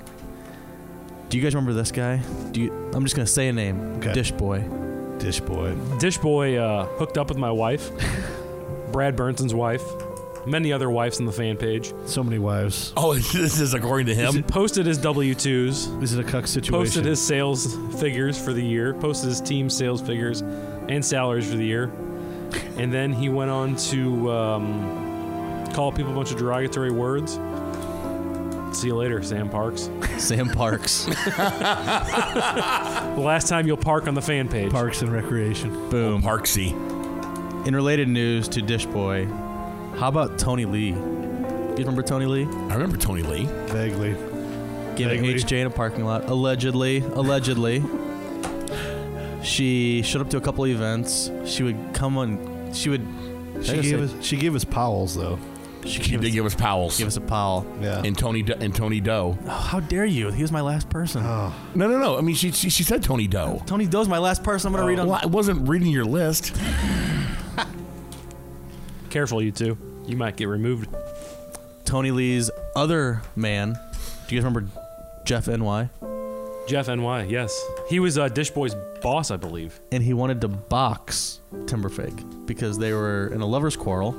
F: Do you guys remember this guy? Do you, I'm just gonna say a name.
E: Okay.
F: Dish boy.
E: Dish boy.
G: Dish Boy uh, hooked up with my wife, Brad Burnson's wife, many other wives on the fan page.
E: So many wives.
A: Oh, *laughs* this is according to him.
G: Posted his W 2s.
E: Is it a cuck situation?
G: posted his sales figures for the year, posted his team sales figures and salaries for the year, and then he went on to um, call people a bunch of derogatory words. See you later, Sam Parks.
F: Sam Parks.
G: The last time you'll park on the fan page.
E: Parks and Recreation.
F: Boom.
A: Parksy.
F: In related news to Dish Boy, how about Tony Lee? Do you remember Tony Lee?
A: I remember Tony Lee.
E: Vaguely.
F: Giving
E: Vaguely.
F: HJ in a parking lot. Allegedly. Allegedly. she showed up to a couple events. She would come on she would
E: She gave, us, she gave us Powell's, though.
F: she
A: He
F: gave,
A: did
F: us,
A: give us Ah. Powell's.
F: give us a pal.
E: Yeah.
A: and Tony Do- and Tony Doe.
F: Oh, how dare you? He was my last person.
A: No, no, no. I mean, she she, she said Tony Doe.
F: Tony Doe's my last person I'm going to read on.
A: Well, I wasn't reading your list.
G: Careful, you two. You might get removed.
F: Tony Lee's other man. Do you guys remember Jeff NY?
G: Jeff NY, yes. He was uh, Dish Boy's boss, I believe.
F: And he wanted to box Timberfake because they were in a lover's quarrel,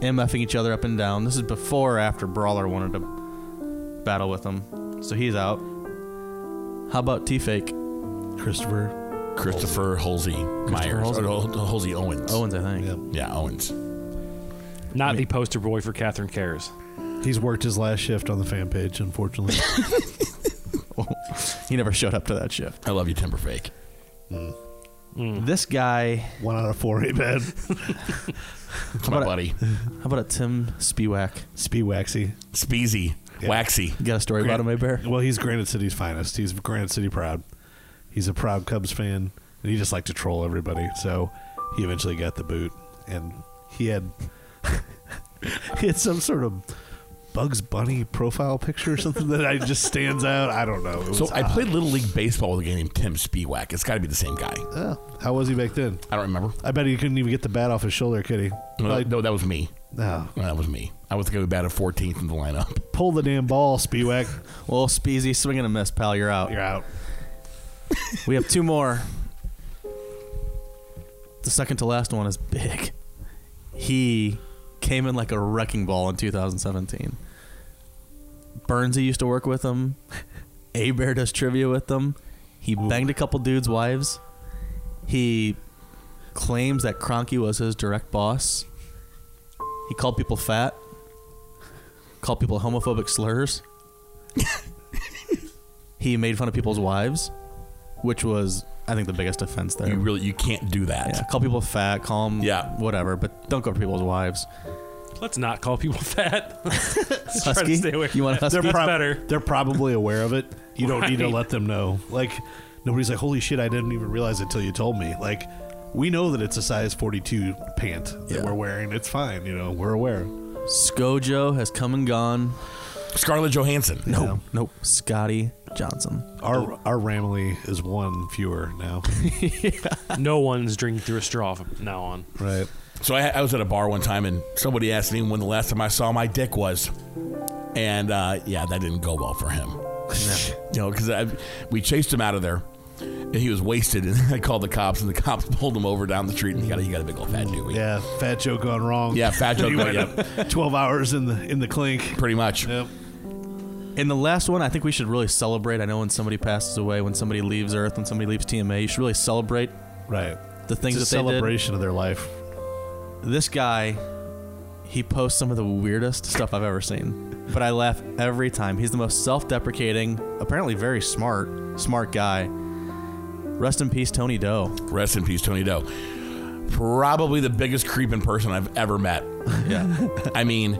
F: MFing each other up and down. This is before or after Brawler wanted to battle with him. So he's out. How about T Fake?
E: Christopher.
A: Christopher Halsey Myers.
F: Halsey.
A: Or, Hol- Halsey Owens.
F: Owens, I think.
E: Yep.
A: Yeah, Owens.
G: Not the poster boy for Catherine Cares.
E: He's worked his last shift on the fan
A: *laughs*
E: page, unfortunately.
F: He never showed up to that shift.
A: I love you, Timberfake.
F: This guy,
E: One out of four, ain't bad.
A: It's my
F: about
A: *laughs*
F: a-
A: buddy.
F: how about a Tim Spiewak?
E: Spee Waxy.
A: Speezy.
E: Yeah.
A: Waxy.
F: You got a story about him, eh, Bear?
E: Well, he's Granite City's finest. He's Granite City proud. He's a proud Cubs fan, and he just liked to troll everybody. So he eventually got the boot, and he had *laughs* he had some sort of Bugs Bunny profile picture or something that I just stands out. I don't know. It was
A: So I
E: odd.
A: played Little League Baseball with a guy named Tim Spiewak. It's got to be the same guy.
E: Yeah. uh, How was he back then?
A: I don't remember.
E: I bet he couldn't even get the bat off his shoulder, could he?
A: No,
E: Like,
A: no, that was me.
E: no.
A: No, That was me. I was the guy who batted 14th in the lineup.
E: Pull the damn ball, Spiewak.
F: Well, Speezy, swing and a miss, pal. You're out.
E: You're out.
F: We have two more. The second to last one is big. He came in like a wrecking ball in 2017. Bernsey used to work with him. *laughs* A Bear does trivia with him. He banged a couple dudes' wives. He claims that Cronky was his direct boss. He called people fat. Called people homophobic slurs. he made fun of people's wives, which was, I think, the biggest offense there.
A: You really, you can't do that.
F: Yeah, call people fat, call them
A: Yeah.
F: whatever, but don't go for people's wives.
G: Let's not call people
F: *laughs*
G: *laughs* fat. Let's try to
F: Husky,
G: stay away from
F: you want a
G: that.
F: husky?
G: That's
E: prob-
G: better.
E: They're probably aware of it. You don't need to
G: Right.
E: let them know. Like nobody's like, "Holy shit, I didn't even realize it till you told me." Like we know that it's a size 42 pant that
F: Yeah.
E: we're wearing. It's fine, you know. We're aware.
F: Skojo has come and gone.
A: Scarlett Johansson.
F: No, nope. Scotty Johnson.
E: Our our Ramley is one fewer
G: *laughs*
E: now,
G: *laughs* No one's drinking through a straw from now on.
E: right?
A: So I, I was at a bar one time, and somebody asked me when the last time I saw my dick was, and uh, yeah, that didn't go well for him. *laughs* you know, because we chased him out of there, and he was wasted, and *laughs* I called the cops, and the cops *laughs* pulled him over down the street, and he got a, he got a big old fat dewey.
E: Yeah, fat joke gone wrong.
A: Yeah, fat joke
E: *laughs* He
A: gone-
E: went up 12 hours in the in the clink.
A: pretty much.
E: Yep.
F: And the last one, I think we should really celebrate. I know when somebody passes away, when somebody leaves Earth, when somebody leaves TMA, you should really celebrate
E: Right.
F: the things
E: it's a
F: that they did.
E: celebration of their life.
F: This guy, He posts some of the weirdest stuff I've ever seen. But I laugh every time. He's the most self deprecating, apparently very smart, smart guy. Rest in peace, Tony Doe.
A: Rest in peace, Tony Doe. Probably the biggest creeping person I've ever met.
F: Yeah.
A: I mean,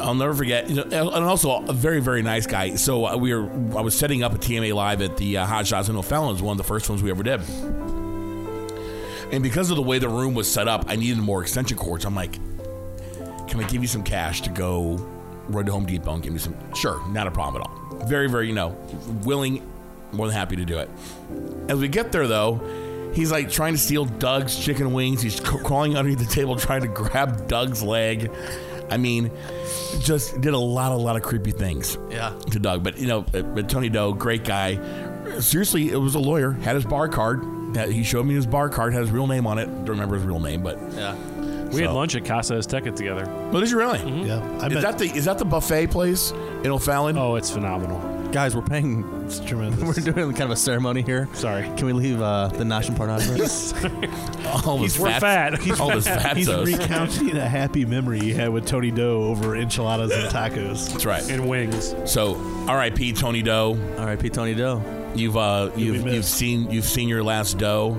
A: I'll never forget. you know, And and also, a very, very nice guy. So uh, we were, I was setting up a TMA live at the uh, Hot Shots and O'Fallon's, one of the first ones we ever did. And because of the way the room was set up, I needed more extension cords. I'm like, can I give you some cash to go run to Home Depot and give me some? Sure, not a problem at all. Very, very, you know, willing, more than happy to do it. As we get there, though, he's like trying to steal Doug's chicken wings. He's c- crawling underneath the table trying to grab Doug's leg. I mean, just did a lot, a lot of creepy things
F: Yeah.
A: to Doug. But you know, uh, but Tony Doe, great guy. Seriously, it was a lawyer. Had his bar card. Uh, He showed me his bar card. Had his real name on it. Don't remember his real name, but
F: Yeah.
G: We had lunch at Casa Azteca together.
A: Well, did you really?
G: Mm-hmm.
E: Yeah, I
A: Is
E: bet
A: that the is that the buffet place in O'Fallon?
G: Oh, it's phenomenal.
F: Guys, we're paying.
E: it's
F: *laughs* We're
E: tremendous.
F: doing kind of a ceremony here.
G: Sorry.
F: Can we leave uh, the Nashon part out of this?
A: all this
G: we're fat. *laughs* He's
A: all this fat
E: He's
A: sauce.
E: recounting a happy memory he had with Tony Doe over enchiladas and tacos.
A: That's right.
G: And wings.
A: So, R.I.P. Tony Doe.
F: R.I.P. Tony Doe.
A: You've uh, you've
E: missed.
A: you've seen you've seen your last dough.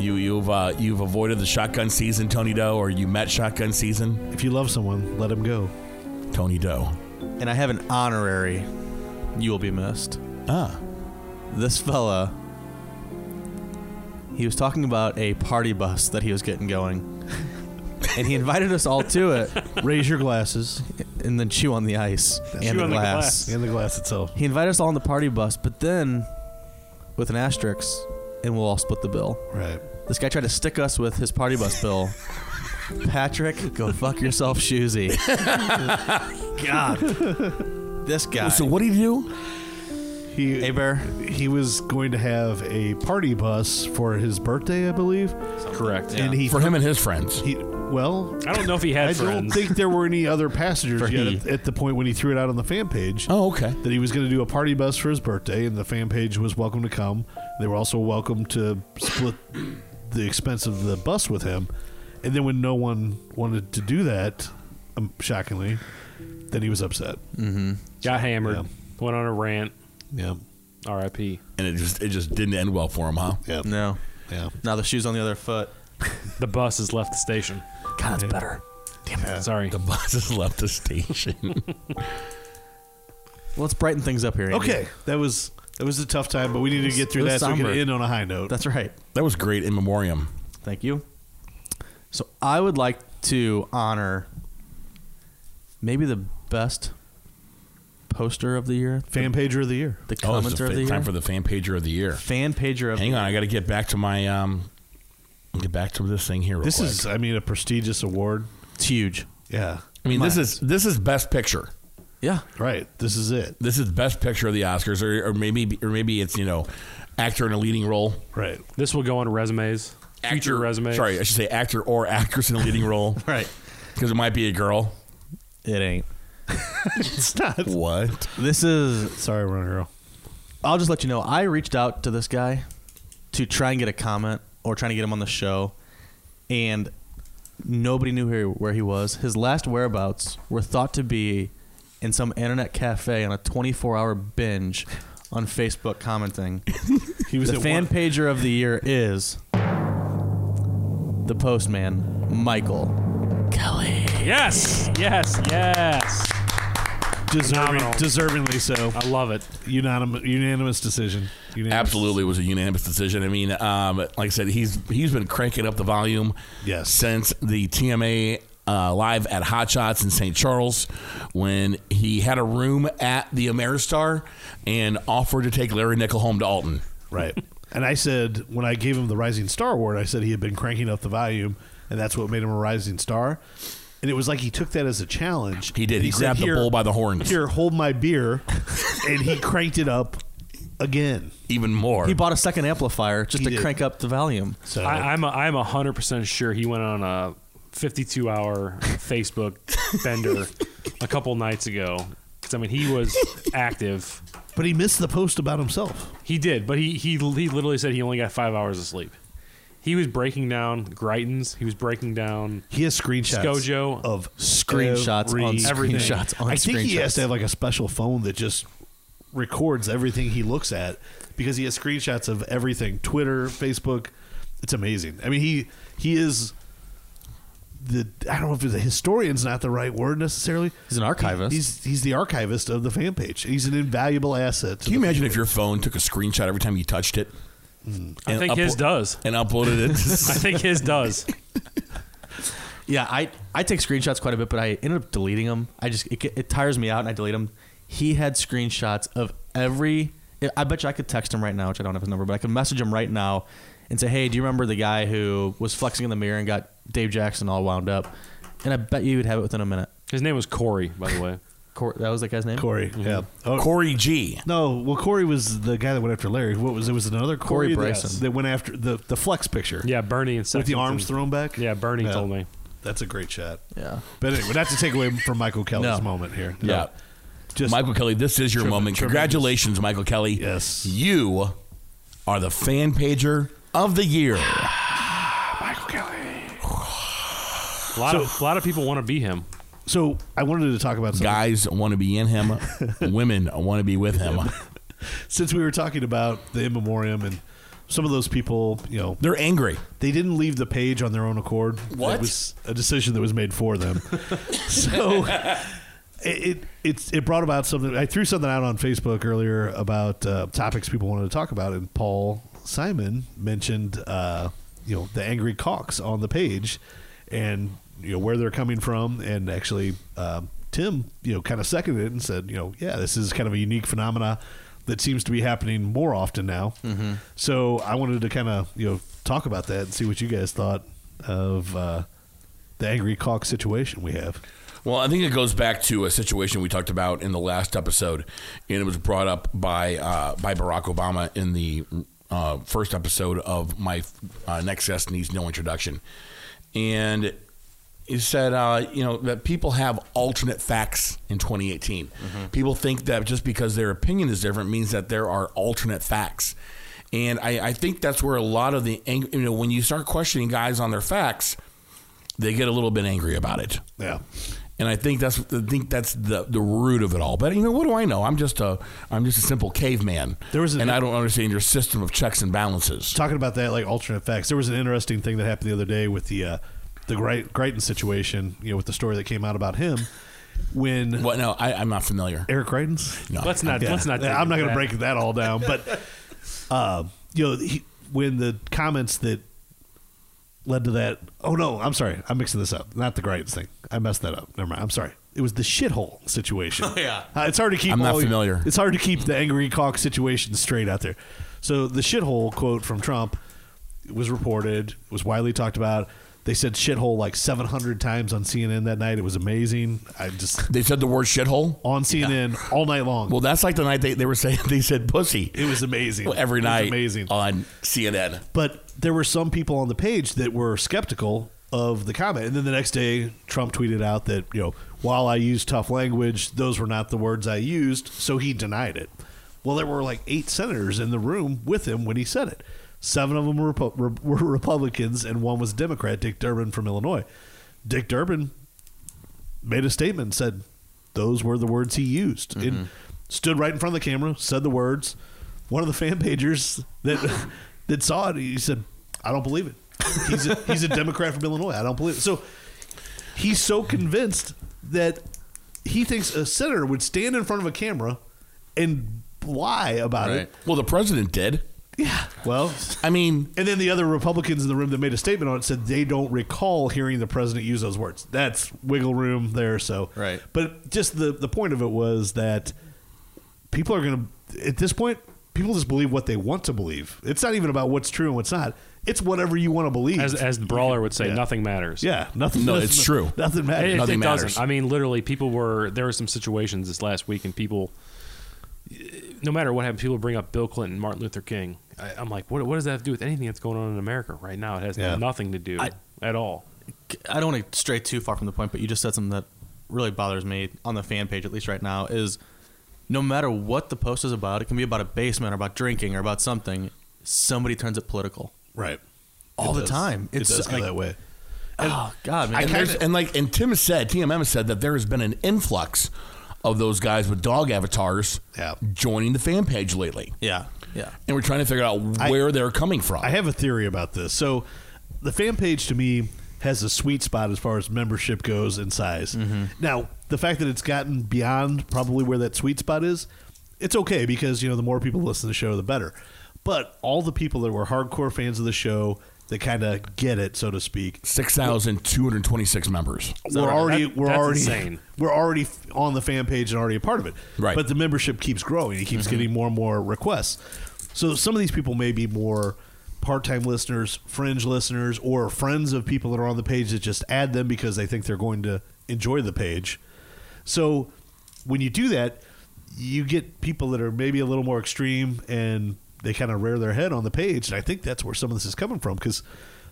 A: You you've uh, you've avoided the shotgun season, Tony Doe, or you met shotgun season,
E: If you love someone, let him go.
A: Tony Doe.
F: And I have an honorary. You will be missed.
A: Ah,
F: This fella. He was talking about a party bus that he was getting going. And he invited us all to it
E: Raise your glasses
F: and then chew on the ice and
G: Chew
F: the
G: on the
F: glass.
G: glass.
E: and the glass itself.
F: He invited us all on the party bus, but then with an asterisk, and we'll all split the bill.
E: Right.
F: This guy tried to stick us with his party bus bill. Patrick, go fuck
A: *laughs*
F: yourself, Shoozy. God. This guy.
A: so what do you do?
E: He
F: Hey, Bear.
E: he was going to have a party bus for his birthday, I believe.
G: Correct.
E: And he,
A: For him and his friends.
E: he well,
G: I don't know if he had
E: I don't
G: friends.
E: think there were any other passengers
F: For
E: yet
F: he.
E: at, at the point when he threw it out on the fan page.
A: Oh, okay.
E: That he was going to do a party bus for his birthday, and the fan page was welcome to come. They were also welcome to split the expense of the bus with him. And then when no one wanted to do that, um, shockingly, then he was upset.
G: Got hammered.
E: Yeah.
G: Went on a rant.
E: Yeah,
G: R.I.P.
A: And it just it just didn't end well for him, huh? *laughs*
E: yeah,
F: No.
E: yeah.
F: Now the shoe's on the other foot.
G: The bus has left the station.
F: God, that's better.
G: Sorry.
A: The bus has left the station.
F: Let's brighten things up here. Andy.
E: Okay, that was that was a tough time, but we needed to get through
F: It
E: that
F: was
E: so we can
F: somber.
E: end on a high note.
F: That's right.
A: *laughs* that was great in memoriam.
F: Thank you. So I would like to honor maybe the best poster of the year,
E: fan pager of the year.
F: the
A: Oh, it's
F: commenter
A: the
F: of
A: fa-
F: the year,
A: time for the fan pager of the year.
F: fan pager of
A: Hang on, I got to get back to my um, get back to this thing here. Real
E: This
A: quick.
E: is, I mean, a prestigious award.
F: It's huge.
E: Yeah,
A: I mean, this is this is best picture.
F: Yeah.
E: right. This is it.
A: This is best picture of the Oscars, or, or maybe or maybe it's you know, actor in a leading role.
E: Right. *laughs*
G: This will go on resumes. Future
A: Actor-
G: resumes.
A: Sorry, I should say actor or actress in a leading role
F: Right.
A: because it might be a girl.
F: It ain't.
E: It's not.
A: What?
F: This is.
E: Sorry, runner girl.
F: I'll just let you know. I reached out to this guy to try and get a comment or trying to get him on the show, and nobody knew where, where he was. His last whereabouts were thought to be in some internet cafe on a 24-hour binge on Facebook commenting.
E: He *coughs* was
F: the
E: at
F: fan
E: one-
F: pager of the year is the postman Michael Kelly. *laughs*
G: Yes. Yes. Yes.
E: deserving,
G: Phenomenal.
E: deservingly so.
A: Uh,
G: I love it.
E: Unanimous, unanimous decision. Unanimous.
A: Absolutely, it was a unanimous decision. I mean, um, like I said, he's he's been cranking up the volume
E: Yes.
A: since the TMA uh, live at Hot Shots in St. Charles when he had a room at the Ameristar and offered to take Larry Nickel home to Alton.
E: Right. And I said when I gave him the Rising Star Award, I said he had been cranking up the volume, and that's what made him a rising star. And it was like he took that as a challenge.
A: He did.
E: And
A: He grabbed the
E: "Here-
A: bull by the horns."
E: Here, hold my beer, and he cranked it up again.
A: Even more,
F: He bought a second amplifier just
E: He
F: to
E: did.
F: crank up the volume.
E: So
G: I, I'm a, I'm hundred percent sure he went on a 52 hour *laughs* Facebook bender a couple nights ago. 'Cause, I mean, he was active.
E: But he missed the post about himself.
G: He did, but he he he literally said he only got five hours of sleep. He was breaking down Greitens. He was breaking down.
E: He has screenshots
G: Scojo.
E: of
F: Screenshots
E: every-
F: on
G: everything.
F: screenshots on
E: I think he has
F: screenshots.
E: to have like a special phone that just records everything he looks at because he has screenshots of everything Twitter, Facebook. It's amazing. I mean, he he is the I don't know if the historian's not the right word necessarily.
F: He's an archivist.
E: He's he's the archivist of the fan page. He's an invaluable asset. to
A: Can you
E: the-
A: imagine if your phone took a screenshot every time you touched it?
G: I
A: And
G: think his
A: uplo-
G: does.
A: And uploaded
G: I
A: it.
G: think his does.
F: Yeah, I I take screenshots quite a bit, but I ended up deleting them. I just it, it tires me out, and I delete them. He had screenshots of every. I bet you I could text him right now, which I don't have his number, but I could message him right now and say, "Hey, do you remember the guy who was flexing in the mirror and got Dave Jackson all wound up?" And I bet you would have it within a minute.
G: His name was Corey, by the way.
F: Cor- that was that guy's name.
E: Corey? Yeah.
G: *laughs*
E: Oh,
A: Corey G.
E: No, well, Corey was the guy that went after Larry. What was it? Was it another Corey,
F: Corey
E: that-
F: Bryson.
E: that, went after the the flex picture?
G: Yeah, Bernie and
E: with the
G: Sexton.
E: arms thrown back.
G: Yeah, Bernie told me.
E: that's a great shot.
F: Yeah.
E: But anyway, not to take away from Michael Kelly's
F: No.
E: moment here.
A: Yeah.
E: just
A: Michael Kelly, this is your
E: Tremendous.
A: moment. Congratulations, Michael Kelly.
E: Yes.
A: You are the fan pager of the
E: *sighs*
A: year.
G: A lot of a lot of people want to be him.
E: So I wanted to talk about something.
A: Guys want to be in
E: *laughs*
A: him, women want to be with him.
E: since we were talking about the in memoriam and some of those people, you know,
A: They're angry.
E: they didn't leave the page on their own accord.
A: What?
E: It was a decision that was made for them. *laughs* so it, it it's it brought about something. I threw something out on Facebook earlier about uh, topics people wanted to talk about, and Paul Simon mentioned uh, you know the angry cocks on the page, and you know where they're coming from, and actually um, Tim you know kind of seconded it and said you know yeah this is kind of a unique phenomena that seems to be happening more often now. So I wanted to kind of you know talk about that and see what you guys thought of uh, the angry cock situation we have.
A: Well, I think it goes back to a situation we talked about in the last episode, and it was brought up by uh, by Barack Obama in the uh, first episode of my uh, next guest needs no introduction, and he said, uh, you know, that people have alternate facts in 2018. People think that just because their opinion is different means that there are alternate facts. And I, I think that's where a lot of the, ang- you know, when you start questioning guys on their facts, they get a little bit angry about it.
E: Yeah.
A: And I think that's I think that's the, the root of it all. But you know, what do I know? I'm just a I'm just a simple caveman.
E: There was a-
A: and I don't understand your system of checks and balances.
E: Talking about that, like alternate facts, there was an interesting thing that happened the other day with the uh, the Greit- Greiton situation. You know, with the story that came out about him when
A: Well, no, I, I'm not familiar.
E: Eric Greitens.
A: No,
G: Let's not.
E: Yeah.
G: Let's not. dig
E: I'm not going
G: into
E: to
G: that.
E: break that all down,
G: *laughs*
E: but uh, you know, he, when the comments that led to that. Oh no, I'm sorry, I'm mixing this up. Not the Greitens thing. I messed that up. Never mind. I'm sorry. It was the shithole situation.
F: yeah.
E: Uh, it's hard to keep.
A: I'm not
E: all-
A: familiar.
E: It's hard to keep the angry cock situation straight out there. So the shithole quote from Trump was reported, was widely talked about. They said shithole like 700 times on CNN that night. It was amazing. I just
A: They said the word shithole. *laughs*
E: on CNN all night long.
A: Well, that's like the night they, they were saying *laughs* they said pussy
E: it was amazing
A: every
E: It was
A: night Uh,
E: Amazing.
A: on CNN.
E: but there were some people on the page that were skeptical of the comment. And then the next day, Trump tweeted out that, you know, while I used tough language, those were not the words I used. So he denied it. Well, there were like eight senators in the room with him when he said it. Seven of them were, Repu- *laughs* re- were Republicans and one was Democrat, Dick Durbin from Illinois. Dick Durbin made a statement and said those were the words he used and stood right in front of the camera said the words one of the fan pagers that *laughs* that saw it he said i don't believe it he's a, he's a democrat from illinois i don't believe it so he's so convinced that he thinks a senator would stand in front of a camera and lie about it
A: Well, the president did.
E: yeah well
A: I mean,
E: and then the other Republicans in the room that made a statement on it said they don't recall hearing the president use those words. That's wiggle room there. So
F: Right.
E: but just the the point of it was that people are going to at this point people just believe what they want to believe. It's not even about what's true and what's not. It's whatever you want to believe.
G: As as the brawler would say,
E: Yeah.
G: nothing matters.
E: yeah, nothing.
A: No,
E: nothing-
A: it's true.
E: *laughs* Nothing
G: It-
E: matters.
G: it,
A: Nothing
G: it
A: matters.
G: doesn't. I mean, literally, people were there were some situations this last week, and people, no matter what happened, people bring up Bill Clinton, Martin Luther King. I, I'm like, what, what does that have to do with anything that's going on in America right now? It has
E: Yeah.
G: nothing to do
F: I-
G: at all.
F: I don't want to stray too far from the point, but you just said something that really bothers me on the fan page, at least right now, is no matter what the post is about, it can be about a basement or about drinking or about something, somebody turns it political.
E: Right.
F: all the
E: does.
F: time.
E: It
F: It's
E: does go
F: like,
E: that way.
F: oh god, man.
A: and, there's- and like and Tim has said, TMM has said that there has been an influx of those guys with dog avatars
E: Yeah.
A: joining the fan page lately,
F: yeah, yeah.
A: and we're trying to figure out where they're coming from.
E: I have a theory about this. So, the fan page to me has a sweet spot as far as membership goes in size. Now, the fact that it's gotten beyond probably where that sweet spot is, it's okay because you know the more people listen to the show, the better. But all the people that were hardcore fans of the show, that kind of get it, so to speak.
A: Six thousand two hundred twenty-six members.
E: we're already
G: That-
E: we're
G: that's
E: already
G: insane.
E: *laughs* we're already f- on the fan page and already a part of it.
A: Right.
E: But the membership keeps growing. It keeps
G: Mm-hmm.
E: getting more and more requests. So some of these people may be more part-time listeners, fringe listeners, or friends of people that are on the page that just add them because they think they're going to enjoy the page. So when you do that, you get people that are maybe a little more extreme and they kind of rear their head on the page. And I think that's where some of this is coming from because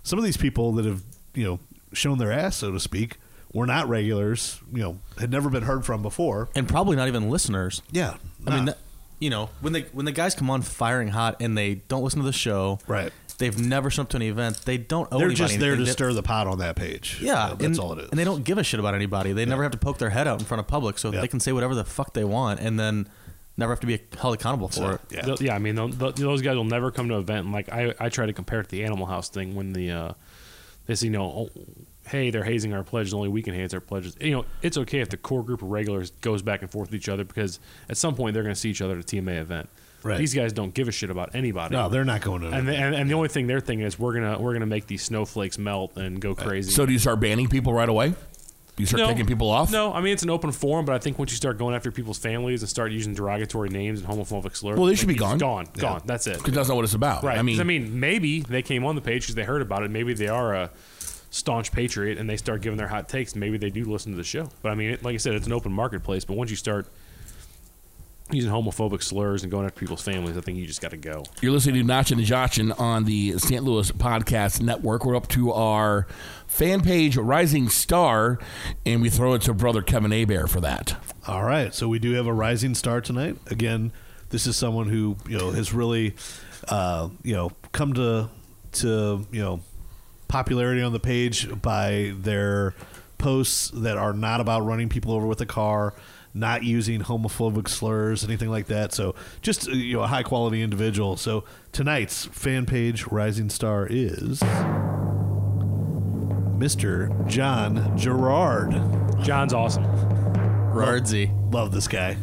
E: some of these people that have, you know, shown their ass, so to speak, were not regulars, you know, had never been heard from before.
F: And probably not even listeners.
E: Yeah.
F: I mean,
E: nah.
F: that, you know, when the when the guys come on firing hot and they don't listen to the show,
E: Right.
F: They've never shown up to an event. They don't owe
E: they're
F: anybody
E: just there to
F: anything. They-
E: stir the pot on that page.
F: Yeah,
E: that's
F: and,
E: all it is.
F: And they don't give a shit about anybody. They never have to poke their head out in front of public, so
E: Yeah.
F: they can say whatever the fuck they want, and then never have to be held accountable for it.
E: yeah.
G: Th- yeah, I mean, th- th- those guys will never come to an event. And, like, I, I try to compare it to the Animal House thing when the, uh, this, you know, oh, hey, they're hazing our pledges, only we can haze our pledges. You know, it's okay if the core group of regulars goes back and forth with each other because at some point they're going to see each other at a TMA event.
E: Right.
G: These guys don't give a shit about anybody.
E: No, they're not going to.
G: and, the, and and the only thing they're thinking is we're gonna we're gonna make these snowflakes melt and go crazy.
A: So do you start banning people right away? Do you start taking people off?
G: No, I mean it's an open forum, but I think once you start going after people's families and start using derogatory names and homophobic slurs,
A: Well, they
G: I
A: should
G: think
A: be
G: it's
A: gone.
G: Gone, gone. That's it.
A: because that's not what it's about.
G: Right.
A: I mean,
G: I mean, maybe they came on the page because they heard about it. Maybe they are a staunch patriot and they start giving their hot takes. Maybe they do listen to the show. But I mean, it, like I said, it's an open marketplace. But once you start using homophobic slurs and going after people's families, I think you just got to go.
A: You're listening to Notch and Joshin on the St. Louis Podcast Network. We're up to our fan page, Rising Star, and we throw it to brother Kevin Abair for that.
E: All right, so we do have a rising star tonight. Again, this is someone who you know has really, uh, you know, come to to you know popularity on the page by their posts that are not about running people over with a car, not using homophobic slurs, anything like that. So just uh, you know, a high quality individual. So tonight's fan page rising star is Mr. John Gerard.
G: John's awesome.
F: Rardzy.
E: Love this guy.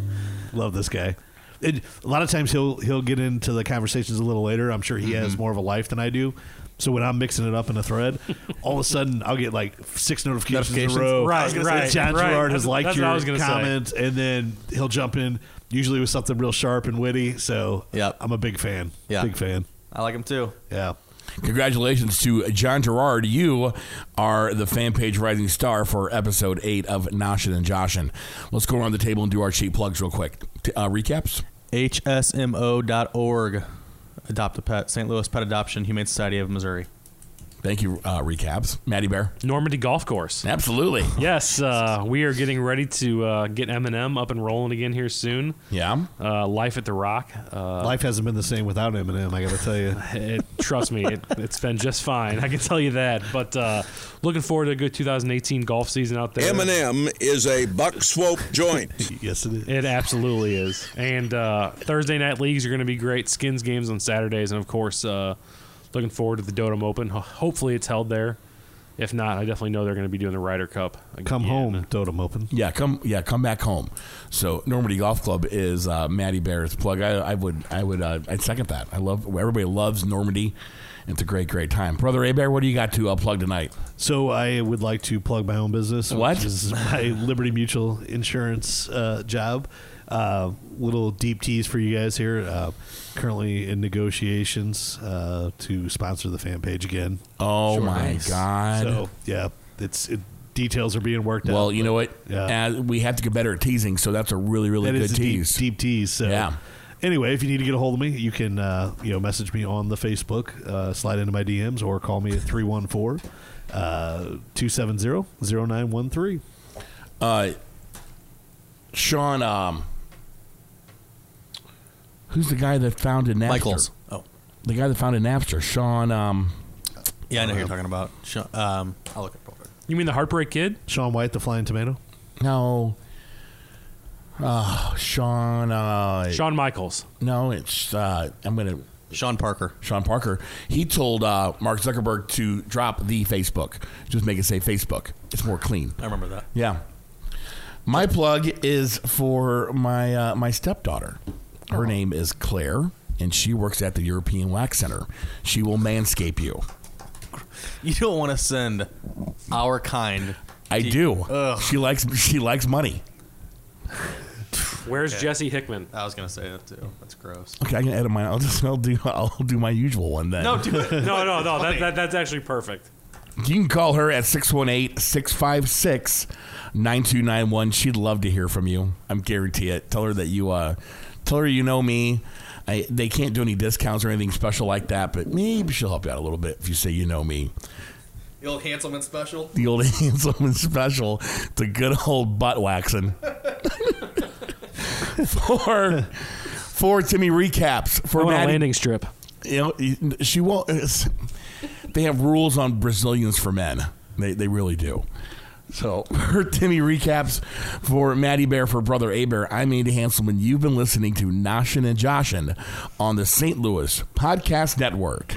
E: Love this guy. It, a lot of times he'll he'll get into the conversations a little later. I'm sure he
G: Mm-hmm.
E: has more of a life than I do. So when I'm mixing it up in a thread, all of a sudden I'll get like six notifications,
F: Notifications.
E: in a row.
G: Right,
E: I was gonna say,
G: right,
E: John
G: right.
E: Gerard has
G: That's-
E: liked
G: that's what I was
E: your
G: gonna say.
E: comment, and then he'll jump in usually with something real sharp and witty. So
F: Yep.
E: I'm a big fan.
F: Yeah.
E: big fan.
F: I like him too.
E: Yeah.
A: Congratulations to John Gerard. You are the fan page Rising Star for episode eight of Noshin and Joshin. Let's go around the table and do our cheap plugs real quick. T- Uh, recaps?
F: HSMO.org. Adopt a pet. St. Louis Pet Adoption Humane Society of Missouri.
A: Thank you, uh, recaps. Maddie Bear?
G: Normandy Golf Course.
A: Absolutely.
G: Yes, uh, we are getting ready to uh, get Eminem up and rolling again here soon.
A: Yeah.
G: Uh, Life at the Rock. Uh,
E: life hasn't been the same without Eminem. I got to tell you.
G: *laughs* it, trust me, it, it's been just fine. I can tell you that. But uh, looking forward to a good 2018 golf season out there.
I: M&M is a buck swope joint. *laughs*
E: yes, it is.
G: It absolutely is. And uh, Thursday night leagues are going to be great. Skins games on Saturdays, and of course, uh, looking forward to the Dotem Open. Ho- hopefully, it's held there. If not, I definitely know they're going to be doing the Ryder Cup. Again.
E: Come home, Totem Open.
A: Yeah, come yeah, come back home. So Normandy Golf Club is uh, Maddie Bear's plug. I, I would I would uh, I'd second that. I love everybody loves Normandy. It's a great great time, brother Bear. What do you got to uh, plug tonight?
E: So I would like to plug my own business.
A: What?
E: Which is
A: *laughs*
E: my Liberty Mutual insurance uh, job. Uh, little deep tease for you guys here. Uh, currently in negotiations uh, to sponsor the fan page again.
A: Oh my god!
E: So yeah, it's it, details are being worked out.
A: well, you know what?
E: Yeah.
A: Uh, we have to get better at teasing, so that's a really really
E: That
A: good
E: is a deep-
A: tease.
E: Deep, tease. So.
A: Yeah.
E: Anyway, if you need to get a hold of me, you can uh, you know message me on the Facebook, uh, slide into my DMs, or call me at 314 uh, 270 0913.
A: Uh, Sean, um, who's the guy that founded Napster?
F: Michaels. Oh.
A: the guy that founded Napster, Sean. Um,
F: Yeah, I know who you're talking about. Sh- Um, Uh, I'll look it up real quick.
G: You mean the Heartbreak Kid?
E: Sean White, the Flying Tomato.
A: No. Oh, Sean. Uh,
G: Shawn Michaels.
A: No, it's. Uh, I'm going to.
F: Sean Parker.
A: Sean Parker. He told uh, Mark Zuckerberg to drop the Facebook. Just make it say Facebook. It's more clean.
F: I remember that.
A: Yeah. My plug is for my uh, my stepdaughter. Her name is Claire, and she works at the European Wax Center. She will manscape you.
F: You don't want to send our kind.
A: I
F: Gee,
A: do.
F: ugh.
A: She likes she likes money.
G: Where's Jesse Hickman?
F: I was gonna say that too. That's gross.
A: Okay, I can edit mine. I'll just *laughs* I'll do I'll do my usual one then.
F: No, do it.
G: No, no, no. That,
F: Funny.
G: that, that's actually perfect.
A: You can call her at 618-656-9291. She'd love to hear from you. I'm guarantee it. Tell her that you uh tell her you know me. I, they can't do any discounts or anything special like that, but maybe she'll help you out a little bit if you say you know me.
F: The old Hanselman special.
A: The old *laughs* handsome special, the good old butt waxing. *laughs* for for Timmy recaps for
G: I want a
A: Maddie-
G: landing strip.
A: you know, you- she won't. it's- *laughs* They have rules on Brazilians for men. They they really do. So *laughs* her Timmy recaps for Maddie Bear for brother A Bear. I'm Andy Hanselman. You've been listening to Noshin and Joshin on the St. Louis Podcast Network.